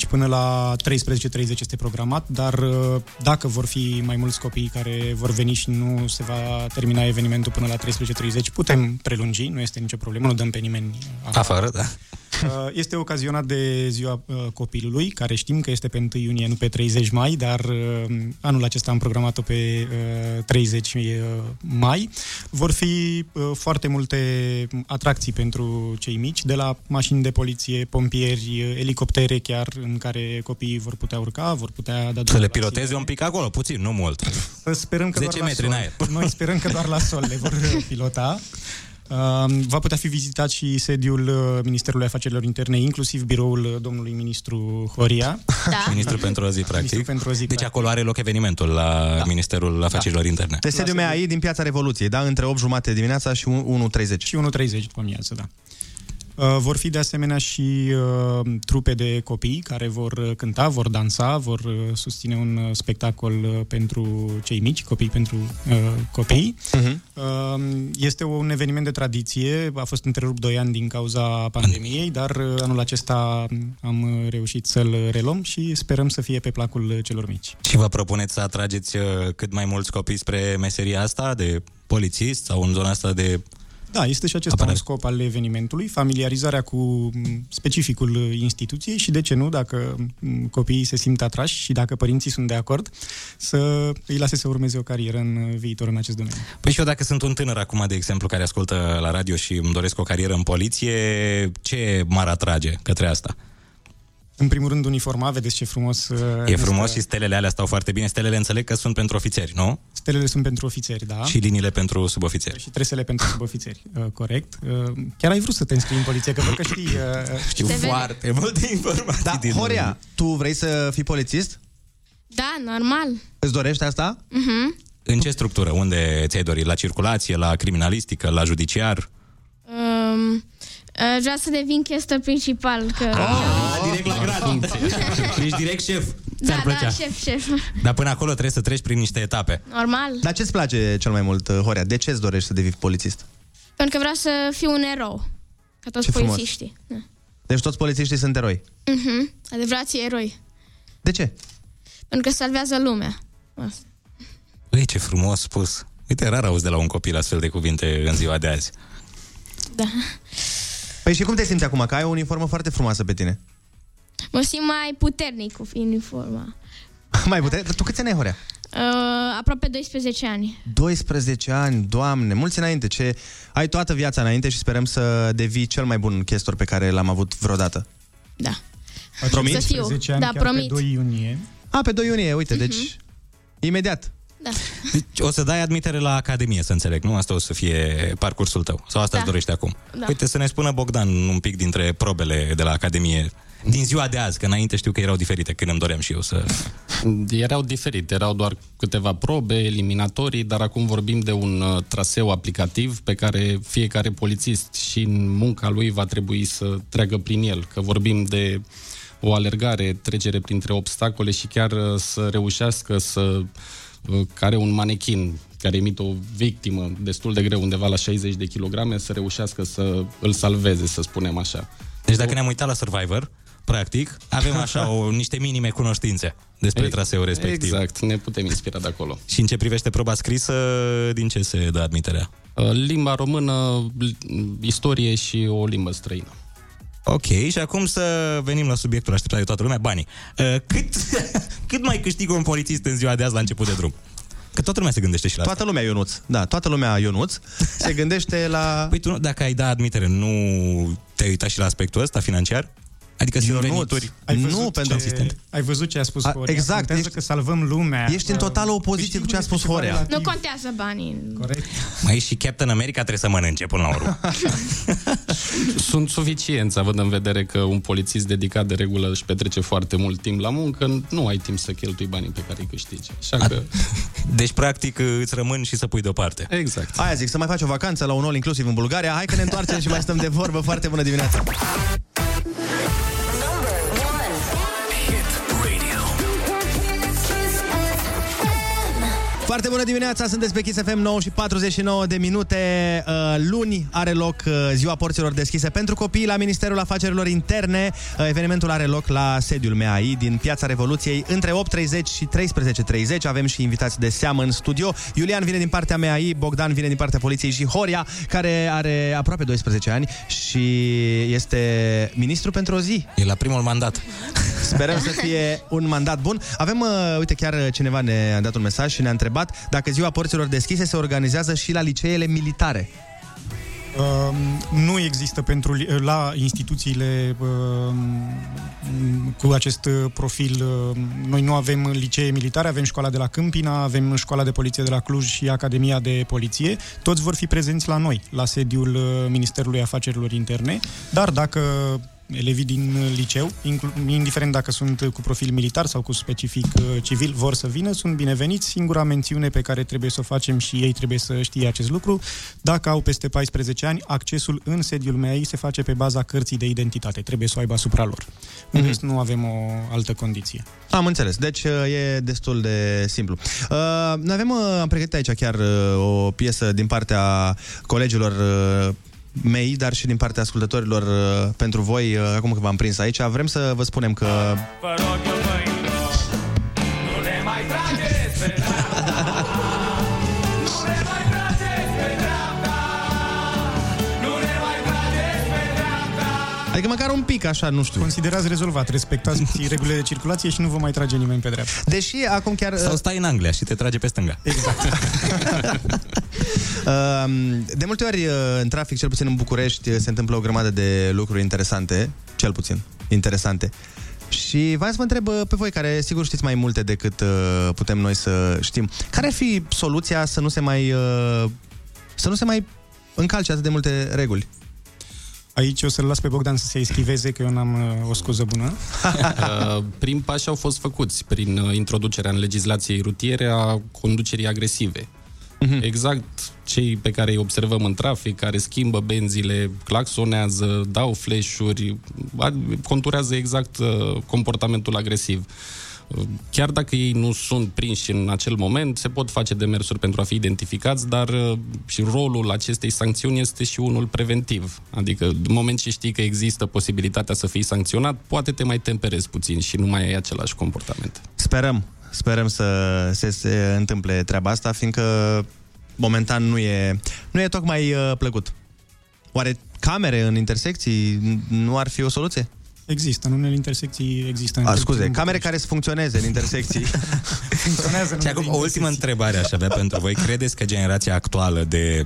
[SPEAKER 24] până la 13.30 este programat, dar uh, dacă vor fi mai mulți copii care vor veni și nu se va termina evenimentul până la 13.30, putem prelungi, nu este nicio problemă, nu dăm pe nimeni
[SPEAKER 3] Afară, da.
[SPEAKER 24] Uh, Este ocazionat de ziua uh, copilului, care știm că este pe 1 iunie, nu pe 30 mai, dar uh, anul acesta am programat-o pe uh, 30 uh, mai. Vor fi uh, foarte multe atracții pentru cei mici, de la mașini de poliție, pompieri, uh, elicoptere chiar, în care copiii vor putea urca, vor putea da
[SPEAKER 3] Să
[SPEAKER 24] drumul
[SPEAKER 3] le
[SPEAKER 24] la
[SPEAKER 3] piloteze un pic acolo, puțin, nu mult.
[SPEAKER 24] Sperăm că
[SPEAKER 3] 10
[SPEAKER 24] doar
[SPEAKER 3] metri
[SPEAKER 24] la
[SPEAKER 3] în
[SPEAKER 24] sol.
[SPEAKER 3] aer.
[SPEAKER 24] Noi sperăm că doar la sol le vor pilota. Uh, Va putea fi vizitat și sediul uh, Ministerului Afacerilor Interne, inclusiv biroul uh, domnului ministru Horia.
[SPEAKER 3] Da. Ministru pentru o zi, practic. Ministru
[SPEAKER 24] pentru o zi,
[SPEAKER 3] deci acolo are loc evenimentul la da. Ministerul Afacerilor da. Interne.
[SPEAKER 2] Pe sediul meu aici din Piața Revoluției, da? Între 8 jumate dimineața și 1.30.
[SPEAKER 24] Și 1.30 după amiază, da. Uh, Vor fi de asemenea și uh, trupe de copii care vor uh, cânta, vor dansa, vor uh, susține un uh, spectacol uh, pentru cei mici, copii pentru uh, copii.
[SPEAKER 3] Mhm.
[SPEAKER 2] Uh-huh.
[SPEAKER 24] Uh, Este un eveniment de tradiție, a fost întrerupt 2 ani din cauza pandemiei, dar uh, anul acesta am uh, reușit să-l reluăm și sperăm să fie pe placul uh, celor mici.
[SPEAKER 3] Și vă propuneți să atrageți uh, cât mai mulți copii spre meseria asta de polițist sau în zona asta de
[SPEAKER 24] Da, este și acesta un scop al evenimentului, familiarizarea cu m, specificul uh, instituției și, de ce nu, dacă m, copiii se simt atrași și dacă părinții sunt de acord, să îi lase să urmeze o carieră în uh, viitor în acest domeniu.
[SPEAKER 3] Păi și eu dacă sunt un tânăr acum, de exemplu, care ascultă la radio și îmi doresc o carieră în poliție, ce m-ar atrage către asta?
[SPEAKER 24] În primul rând, uniforma, vedeți ce frumos... uh,
[SPEAKER 3] E
[SPEAKER 24] este.
[SPEAKER 3] frumos și stelele alea stau foarte bine. Stelele înțeleg că sunt pentru ofițeri, nu?
[SPEAKER 24] Stelele sunt pentru ofițeri, da?
[SPEAKER 3] Și liniile pentru subofițeri.
[SPEAKER 24] și tresele pentru subofițeri, uh, corect. Uh, Chiar ai vrut să te înscrii în poliție, că văd că știi... uh,
[SPEAKER 3] Știu
[SPEAKER 24] știi-
[SPEAKER 3] foarte multe informații.
[SPEAKER 2] Da,
[SPEAKER 3] din
[SPEAKER 2] Horia,
[SPEAKER 3] lume.
[SPEAKER 2] tu vrei să fii polițist?
[SPEAKER 16] Da, normal.
[SPEAKER 2] Îți dorești asta?
[SPEAKER 16] Uh-huh.
[SPEAKER 3] În ce structură? Unde ți-ai dorit? La circulație, la criminalistică, la judiciar?
[SPEAKER 16] Um, aș vrea să devin chestor principal, că...
[SPEAKER 3] Ah, direct la grad. Ești direct șef.
[SPEAKER 16] da, da, șef, șef.
[SPEAKER 3] Dar până acolo trebuie să treci prin niște etape.
[SPEAKER 16] Normal.
[SPEAKER 2] Dar ce-ți place cel mai mult, uh, Horia? De ce îți dorești să devii polițist?
[SPEAKER 16] Pentru că vreau să fiu un erou. Ca toți
[SPEAKER 2] Ce frumos.
[SPEAKER 16] polițiștii. Da.
[SPEAKER 2] Deci toți polițiștii sunt eroi.
[SPEAKER 16] Uh-huh. Adevărații eroi.
[SPEAKER 2] De ce?
[SPEAKER 16] Pentru că salvează lumea. Asta.
[SPEAKER 3] Ei, ce frumos spus. Uite, rar auzi de la un copil astfel de cuvinte în ziua de azi.
[SPEAKER 16] Da.
[SPEAKER 2] Păi și cum te simți acum? Că ai o uniformă foarte frumoasă pe tine.
[SPEAKER 16] Mă simt mai puternic cu uniforma.
[SPEAKER 2] Mai putere? Dar Tu câți ani ai, Horea?
[SPEAKER 16] Uh, aproape 12 ani.
[SPEAKER 2] 12 ani, doamne, mulți înainte. Ce... Ai toată viața înainte și sperăm să devii cel mai bun chestor pe care l-am avut vreodată.
[SPEAKER 16] Da.
[SPEAKER 2] Promiți?
[SPEAKER 16] Să fiu.
[SPEAKER 24] 12 ani
[SPEAKER 16] da,
[SPEAKER 24] chiar pe
[SPEAKER 16] promit.
[SPEAKER 24] 2 iunie. Mhm.
[SPEAKER 2] A, pe 2 iunie, uite, deci imediat.
[SPEAKER 16] Da.
[SPEAKER 3] Deci o să dai admitere la Academie, să înțeleg, nu? Asta o să fie parcursul tău. Sau asta
[SPEAKER 16] Da.
[SPEAKER 3] îți dorești acum.
[SPEAKER 16] Da.
[SPEAKER 3] Uite, să ne spună Bogdan un pic dintre probele de la Academie din ziua de azi, că înainte știu că erau diferite, când îmi doream și eu să...
[SPEAKER 17] Erau diferite, erau doar câteva probe, eliminatorii, dar acum vorbim de un uh, traseu aplicativ pe care fiecare polițist și în munca lui va trebui să treacă prin el, că vorbim de o alergare, trecere printre obstacole și chiar uh, să reușească să uh, care un manechin care emite o victimă destul de greu, undeva la 60 de kilograme, să reușească să îl salveze, să spunem așa.
[SPEAKER 3] Deci dacă ne-am uitat la Survivor, practic, avem așa o, niște minime cunoștințe despre
[SPEAKER 17] Ei,
[SPEAKER 3] traseul respectiv.
[SPEAKER 17] Exact, ne putem inspira de acolo.
[SPEAKER 3] Și în ce privește proba scrisă, din ce se dă admiterea?
[SPEAKER 17] uh, Limba română, l- istorie și o limbă străină.
[SPEAKER 3] Ok, și acum să venim la subiectul așteptat de toată lumea, banii. Uh, Cât, cât mai câștigă un polițist în ziua de azi la început de drum? Că toată lumea se gândește și la
[SPEAKER 2] Toată lumea Ionuț, da, toată lumea Ionuț se gândește la...
[SPEAKER 3] Păi tu, nu- dacă ai da admitere, nu te-ai uitat și la aspectul ăsta financiar? Adică sunt venituri
[SPEAKER 24] Ai văzut ce, ai văzut ce a spus
[SPEAKER 3] A,
[SPEAKER 24] Horia.
[SPEAKER 3] exact,
[SPEAKER 24] Contează că salvăm lumea. Păi
[SPEAKER 2] Ești în totală opoziție cu ce a spus Horea.
[SPEAKER 16] Nu contează banii.
[SPEAKER 24] Corect.
[SPEAKER 3] Mai și Captain America trebuie să mănânce până la urmă.
[SPEAKER 17] Sunt suficienți, având în vedere că un polițist dedicat de regulă își petrece foarte mult timp la muncă, nu ai timp să cheltui banii pe care îi câștigi. Așa că...
[SPEAKER 3] Deci, practic, îți rămân și să pui deoparte.
[SPEAKER 17] Exact.
[SPEAKER 2] Aia zic, să mai faci o vacanță la un all inclusiv în Bulgaria. Hai că ne întoarcem și mai stăm de vorbă. Foarte bună dimineața! Foarte bună dimineața, sunteți pe Kiss FM 9 și 49 de minute. Uh, Luni are loc uh, ziua porților deschise pentru copii la Ministerul Afacerilor Interne. Uh, Evenimentul are loc la sediul MAI din Piața Revoluției între 8.30 și 13.30. Avem și invitați de seamă în studio. Iulian vine din partea MAI, Bogdan vine din partea poliției și Horia, care are aproape 12 ani și este ministru pentru o zi.
[SPEAKER 3] E la primul mandat.
[SPEAKER 2] Sperăm să fie un mandat bun. Avem, uh, uite, chiar cineva ne-a dat un mesaj și ne-a întrebat dacă ziua porților deschise se organizează și la liceele militare.
[SPEAKER 24] Um, Nu există pentru li- la instituțiile um, cu acest uh, profil. um, Noi nu avem licee militare, avem școala de la Câmpina, avem școala de poliție de la Cluj și Academia de Poliție. Toți vor fi prezenți la noi, la sediul uh, Ministerului Afacerilor Interne. Dar dacă elevii din uh, liceu, inclu- indiferent dacă sunt uh, cu profil militar sau cu specific uh, civil, vor să vină, sunt bineveniți. Singura mențiune pe care trebuie să o facem și ei trebuie să știe acest lucru, dacă au peste 14 ani, accesul în sediul MEI se face pe baza cărții de identitate. Trebuie să o aibă asupra lor. În
[SPEAKER 2] Mhm.
[SPEAKER 24] rest, nu avem o altă condiție.
[SPEAKER 2] Am înțeles, deci uh, e destul de simplu. Uh, Noi avem, uh, am pregătit aici chiar uh, o piesă din partea colegilor uh, mei, dar și din partea ascultătorilor uh, pentru voi, uh, acum că v-am prins aici. Vrem să vă spunem că...
[SPEAKER 23] Vă rog eu, băilor, nu le mai trageți pe dreapta. Nu le mai trageți pe dreapta. Nu le mai trageți pe dreapta.
[SPEAKER 2] Adică măcar un pic, așa, nu știu.
[SPEAKER 24] Considerați rezolvat, respectați regulile de circulație și nu vă mai trage nimeni pe dreapta.
[SPEAKER 2] Deși acum chiar...
[SPEAKER 1] Sau stai în Anglia și te trage pe stânga.
[SPEAKER 2] Uh, De multe ori uh, în trafic, cel puțin în București, uh, se întâmplă o grămadă de lucruri interesante, cel puțin interesante. Și v-am să vă întreb uh, pe voi, care sigur știți mai multe decât uh, putem noi să știm, care ar fi soluția să nu se mai, uh, să nu se mai încalce atât de multe reguli?
[SPEAKER 24] Aici o să-l las pe Bogdan să se eschiveze, că eu n-am uh, o scuză bună.
[SPEAKER 17] Uh, Prim pași au fost făcuți prin uh, introducerea în legislației rutiere a conducerii agresive. Exact cei pe care îi observăm în trafic, care schimbă benzile, claxonează, dau flash-uri, a- conturează exact uh, comportamentul agresiv. Uh, Chiar dacă ei nu sunt prinși în acel moment, se pot face demersuri pentru a fi identificați, dar uh, și rolul acestei sancțiuni este și unul preventiv. Adică, în moment ce știi că există posibilitatea să fii sancționat, poate te mai temperezi puțin și nu mai ai același comportament.
[SPEAKER 2] Sperăm, sperăm să se, se întâmple treaba asta, fiindcă momentan nu e, nu e tocmai uh, plăcut. Oare camere în intersecții n- nu ar fi o soluție?
[SPEAKER 24] Există, în unele intersecții există.
[SPEAKER 2] A, Ah, scuze, camere care să funcționeze în intersecții.
[SPEAKER 24] Funcționează în
[SPEAKER 1] Și acum o ultimă întrebare aș avea pentru voi. Credeți că generația actuală de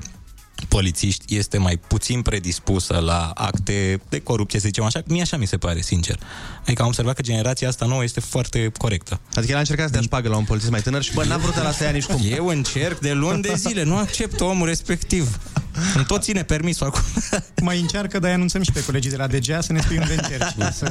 [SPEAKER 1] polițiști este mai puțin predispusă la acte de corupție, să zicem așa? Mie așa mi se pare, sincer. Adică am observat că generația asta nouă este foarte corectă.
[SPEAKER 2] Adică el a încercat să dea șpagă la un polițist mai tânăr și bă, n-a vrut la să ia nici cum.
[SPEAKER 1] Eu încerc de luni de zile, nu accept omul respectiv. Îmi tot ține permisul acum.
[SPEAKER 24] Mai încearcă, dar îi anunțăm și pe colegii de la DGA să ne spui unde încerci. Să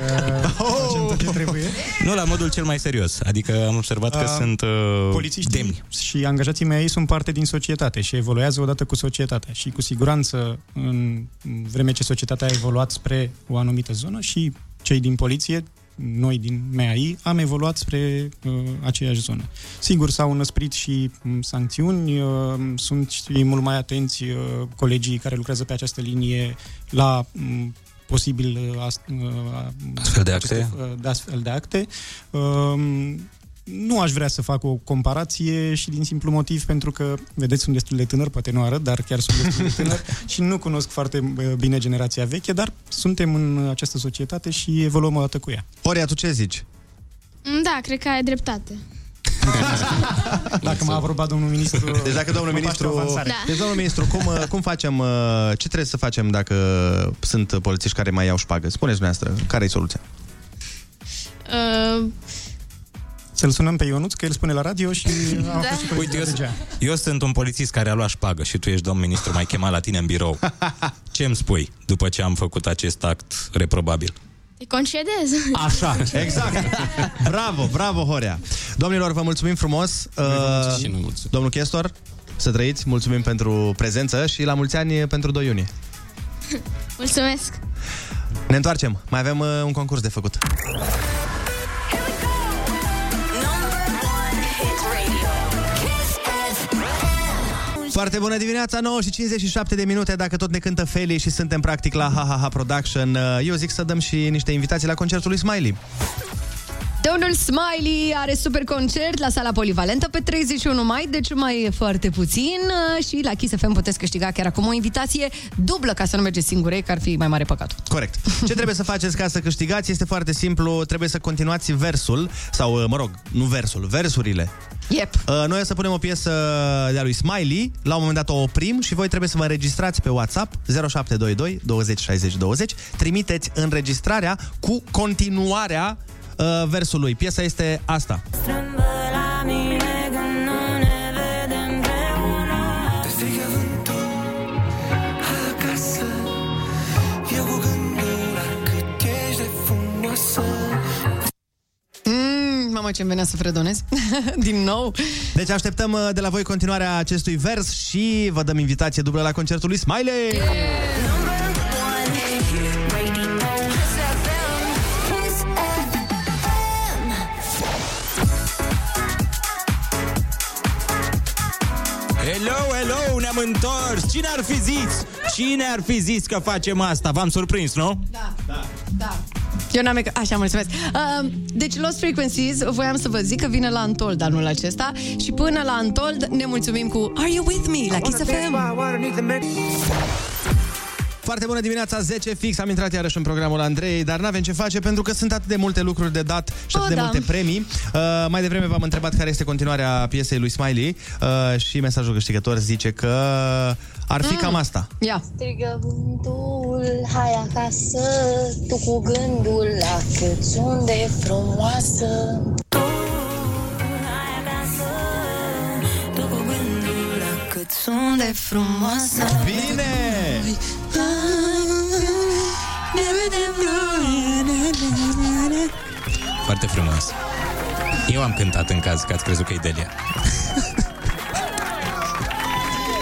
[SPEAKER 24] facem tot ce trebuie.
[SPEAKER 1] Nu la modul cel mai serios. Adică am observat că
[SPEAKER 24] Uh,
[SPEAKER 1] sunt uh,
[SPEAKER 24] Polițiștii
[SPEAKER 1] demni.
[SPEAKER 24] și angajații mei sunt parte din societate și evoluează odată cu societatea. Și cu siguranță, în vreme ce societatea a evoluat spre o anumită zonă și cei din poliție, noi din MAI, am evoluat spre uh, aceeași zonă. Sigur, s-au înăsprit și um, sancțiuni, uh, sunt și mult mai atenți uh, colegii care lucrează pe această linie la um, posibil uh, ast- uh,
[SPEAKER 1] Astfel de
[SPEAKER 24] aceste,
[SPEAKER 1] acte?
[SPEAKER 24] uh, de astfel de acte. Um, nu aș vrea să fac o comparație și din simplu motiv pentru că, vedeți, sunt destul de tânăr, poate nu arăt, dar chiar sunt destul de tânăr și nu cunosc foarte uh, bine generația veche, dar suntem în uh, această societate și evoluăm odată cu ea.
[SPEAKER 2] Horia, tu ce zici?
[SPEAKER 16] Mm, Da, cred că ai dreptate.
[SPEAKER 24] Dacă m-a aprobat domnul ministru...
[SPEAKER 2] Deci dacă domnul
[SPEAKER 24] mă faci
[SPEAKER 2] ministru...
[SPEAKER 24] o avansare.
[SPEAKER 2] Deci domnul ministru, cum, uh, cum facem, uh, ce trebuie să facem dacă sunt polițiști care mai iau șpagă? Spuneți dumneavoastră, care e soluția?
[SPEAKER 16] Uh,
[SPEAKER 24] Să-l sunăm pe Ionuț, că el spune la radio și... Da.
[SPEAKER 1] Uite, eu, eu sunt un polițist care a luat șpagă și tu ești domn ministru, mai chemat la tine în birou. Ce îmi spui după ce am făcut acest act reprobabil?
[SPEAKER 16] îi concedez.
[SPEAKER 2] exact. Bravo, bravo, Horea. Domnilor, vă mulțumim frumos. Uh, domnul Chestor, să trăiți, mulțumim pentru prezență și la mulți ani pentru 2 iunie.
[SPEAKER 16] Mulțumesc.
[SPEAKER 2] Ne întoarcem, mai avem uh, un concurs de făcut. Foarte bună dimineața, 9 și 57 de minute, dacă tot ne cântă Feli și suntem practic la HHH Production. uh, Eu zic să dăm și niște invitații la concertul lui Smiley.
[SPEAKER 4] Domnul Smiley are super concert la sala polivalentă pe 31 mai, deci mai e foarte puțin uh, și la Kiss FM puteți câștiga chiar acum o invitație dublă ca să nu mergeți singure, că ar fi mai mare păcat.
[SPEAKER 2] Corect. Ce trebuie să faceți ca să uh, câștigați este foarte simplu. Trebuie să continuați versul, sau, mă rog, nu versul, versurile
[SPEAKER 4] Yep.
[SPEAKER 2] Uh, Noi o să punem o piesă de-a lui Smiley, la un moment dat o oprim și voi trebuie să vă înregistrați pe WhatsApp 0722 20 60 20. Trimiteți înregistrarea cu continuarea uh, versului. Piesa este asta.
[SPEAKER 23] la mine când nu ne vedem împreună Te strigă vântul acasă Eu cu gândul la cât ești de frumoasă
[SPEAKER 4] Mm, mamă, ce-mi venea să fredonez. Din nou.
[SPEAKER 2] Deci așteptăm uh, de la voi continuarea acestui vers și vă dăm invitație dublă la concertul lui Smiley.
[SPEAKER 3] Hello, hello, ne-am întors! Cine ar fi zis? Cine ar fi zis că facem asta? V-am surprins, nu?
[SPEAKER 4] Da, da, da. Eu n-am eca- Așa, mulțumesc. Uh, deci Lost Frequencies, voiam să vă zic că vine la Antold anul acesta și până la Antold ne mulțumim cu Are You With Me la Kiss FM.
[SPEAKER 2] Foarte bună dimineața, 10 fix, am intrat iarăși în programul Andrei, dar n-avem ce face pentru că sunt atât de multe lucruri de dat și atât
[SPEAKER 13] Oh,
[SPEAKER 4] O,
[SPEAKER 2] de
[SPEAKER 4] da.
[SPEAKER 2] multe premii. Uh, mai devreme v-am întrebat care este continuarea piesei lui Smiley uh, și mesajul câștigător zice că ar fi
[SPEAKER 13] Ah.
[SPEAKER 4] Mm.
[SPEAKER 2] cam asta.
[SPEAKER 4] Ia.
[SPEAKER 25] Strigă vântul, hai acasă, tu cu gândul la cât unde e frumoasă.
[SPEAKER 23] Cât sunt de frumoasă
[SPEAKER 2] Bine!
[SPEAKER 23] Ne vedem noi
[SPEAKER 3] Foarte frumos. Eu am cântat în caz că ați crezut că e Delia.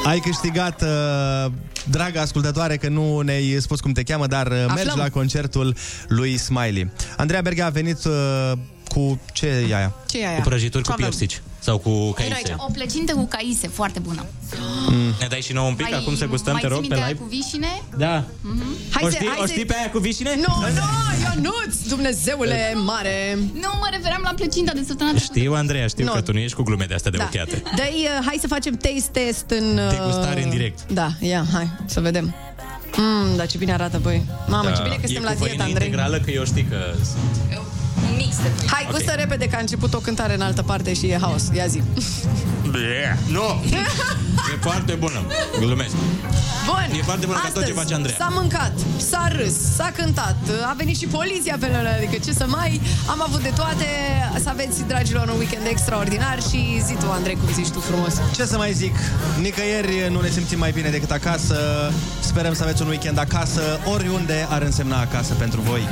[SPEAKER 2] Ai câștigat, uh, dragă ascultătoare, că nu ne-ai spus cum te cheamă, dar Aflăm. mergi la concertul lui Smiley. Andreea Berghe a venit uh, cu ce e aia?
[SPEAKER 13] Ce e aia?
[SPEAKER 3] Cu prăjituri
[SPEAKER 13] Ce
[SPEAKER 3] cu
[SPEAKER 13] avem?
[SPEAKER 3] piersici. Sau cu caise.
[SPEAKER 13] O plăcintă cu caise, foarte bună.
[SPEAKER 3] Ne dai și nouă un pic acum să gustăm,
[SPEAKER 13] mai
[SPEAKER 3] te
[SPEAKER 13] ții
[SPEAKER 3] rog,
[SPEAKER 13] minte
[SPEAKER 3] pe
[SPEAKER 13] aia
[SPEAKER 3] live?
[SPEAKER 13] cu vișine?
[SPEAKER 3] Da.
[SPEAKER 13] Mm-hmm.
[SPEAKER 3] Hai O să- știi- hai o să- știi pe aia cu vișine?
[SPEAKER 4] Nu, nu, Ionuț, Dumnezeule mare.
[SPEAKER 13] Nu, mă referam la plăcinta de săptămâna trecută.
[SPEAKER 3] Știu, Andreea, știu
[SPEAKER 4] Nu. Da.
[SPEAKER 3] că tu nu ești cu glume de astea de ochiate.
[SPEAKER 4] Dă-i, uh, hai să facem taste test în... Uh...
[SPEAKER 3] Degustare în direct.
[SPEAKER 4] Da, ia, hai, să vedem. Mm, dar ce bine arată, băi. Mamă,
[SPEAKER 3] Da.
[SPEAKER 4] ce bine că suntem la dietă, Andrei.
[SPEAKER 3] integrală, că eu știi că sunt.
[SPEAKER 13] Un mix de
[SPEAKER 4] Hai,
[SPEAKER 3] Ok.
[SPEAKER 4] gustă repede, că a început o cântare în altă parte și e haos. Ia zi.
[SPEAKER 3] Nu! E foarte bună. Glumesc.
[SPEAKER 4] Bun.
[SPEAKER 3] E foarte bună ca tot ce face Andreea.
[SPEAKER 4] S-a mâncat, s-a râs, s-a cântat, a venit și poliția pe noi, adică ce să mai... Am avut de toate, să aveți, dragilor, un weekend extraordinar și zi tu, Andrei, cum zici tu frumos.
[SPEAKER 2] Ce să mai zic? Nicăieri nu ne simțim mai bine decât acasă. Sperăm să aveți un weekend acasă, oriunde ar însemna acasă pentru voi.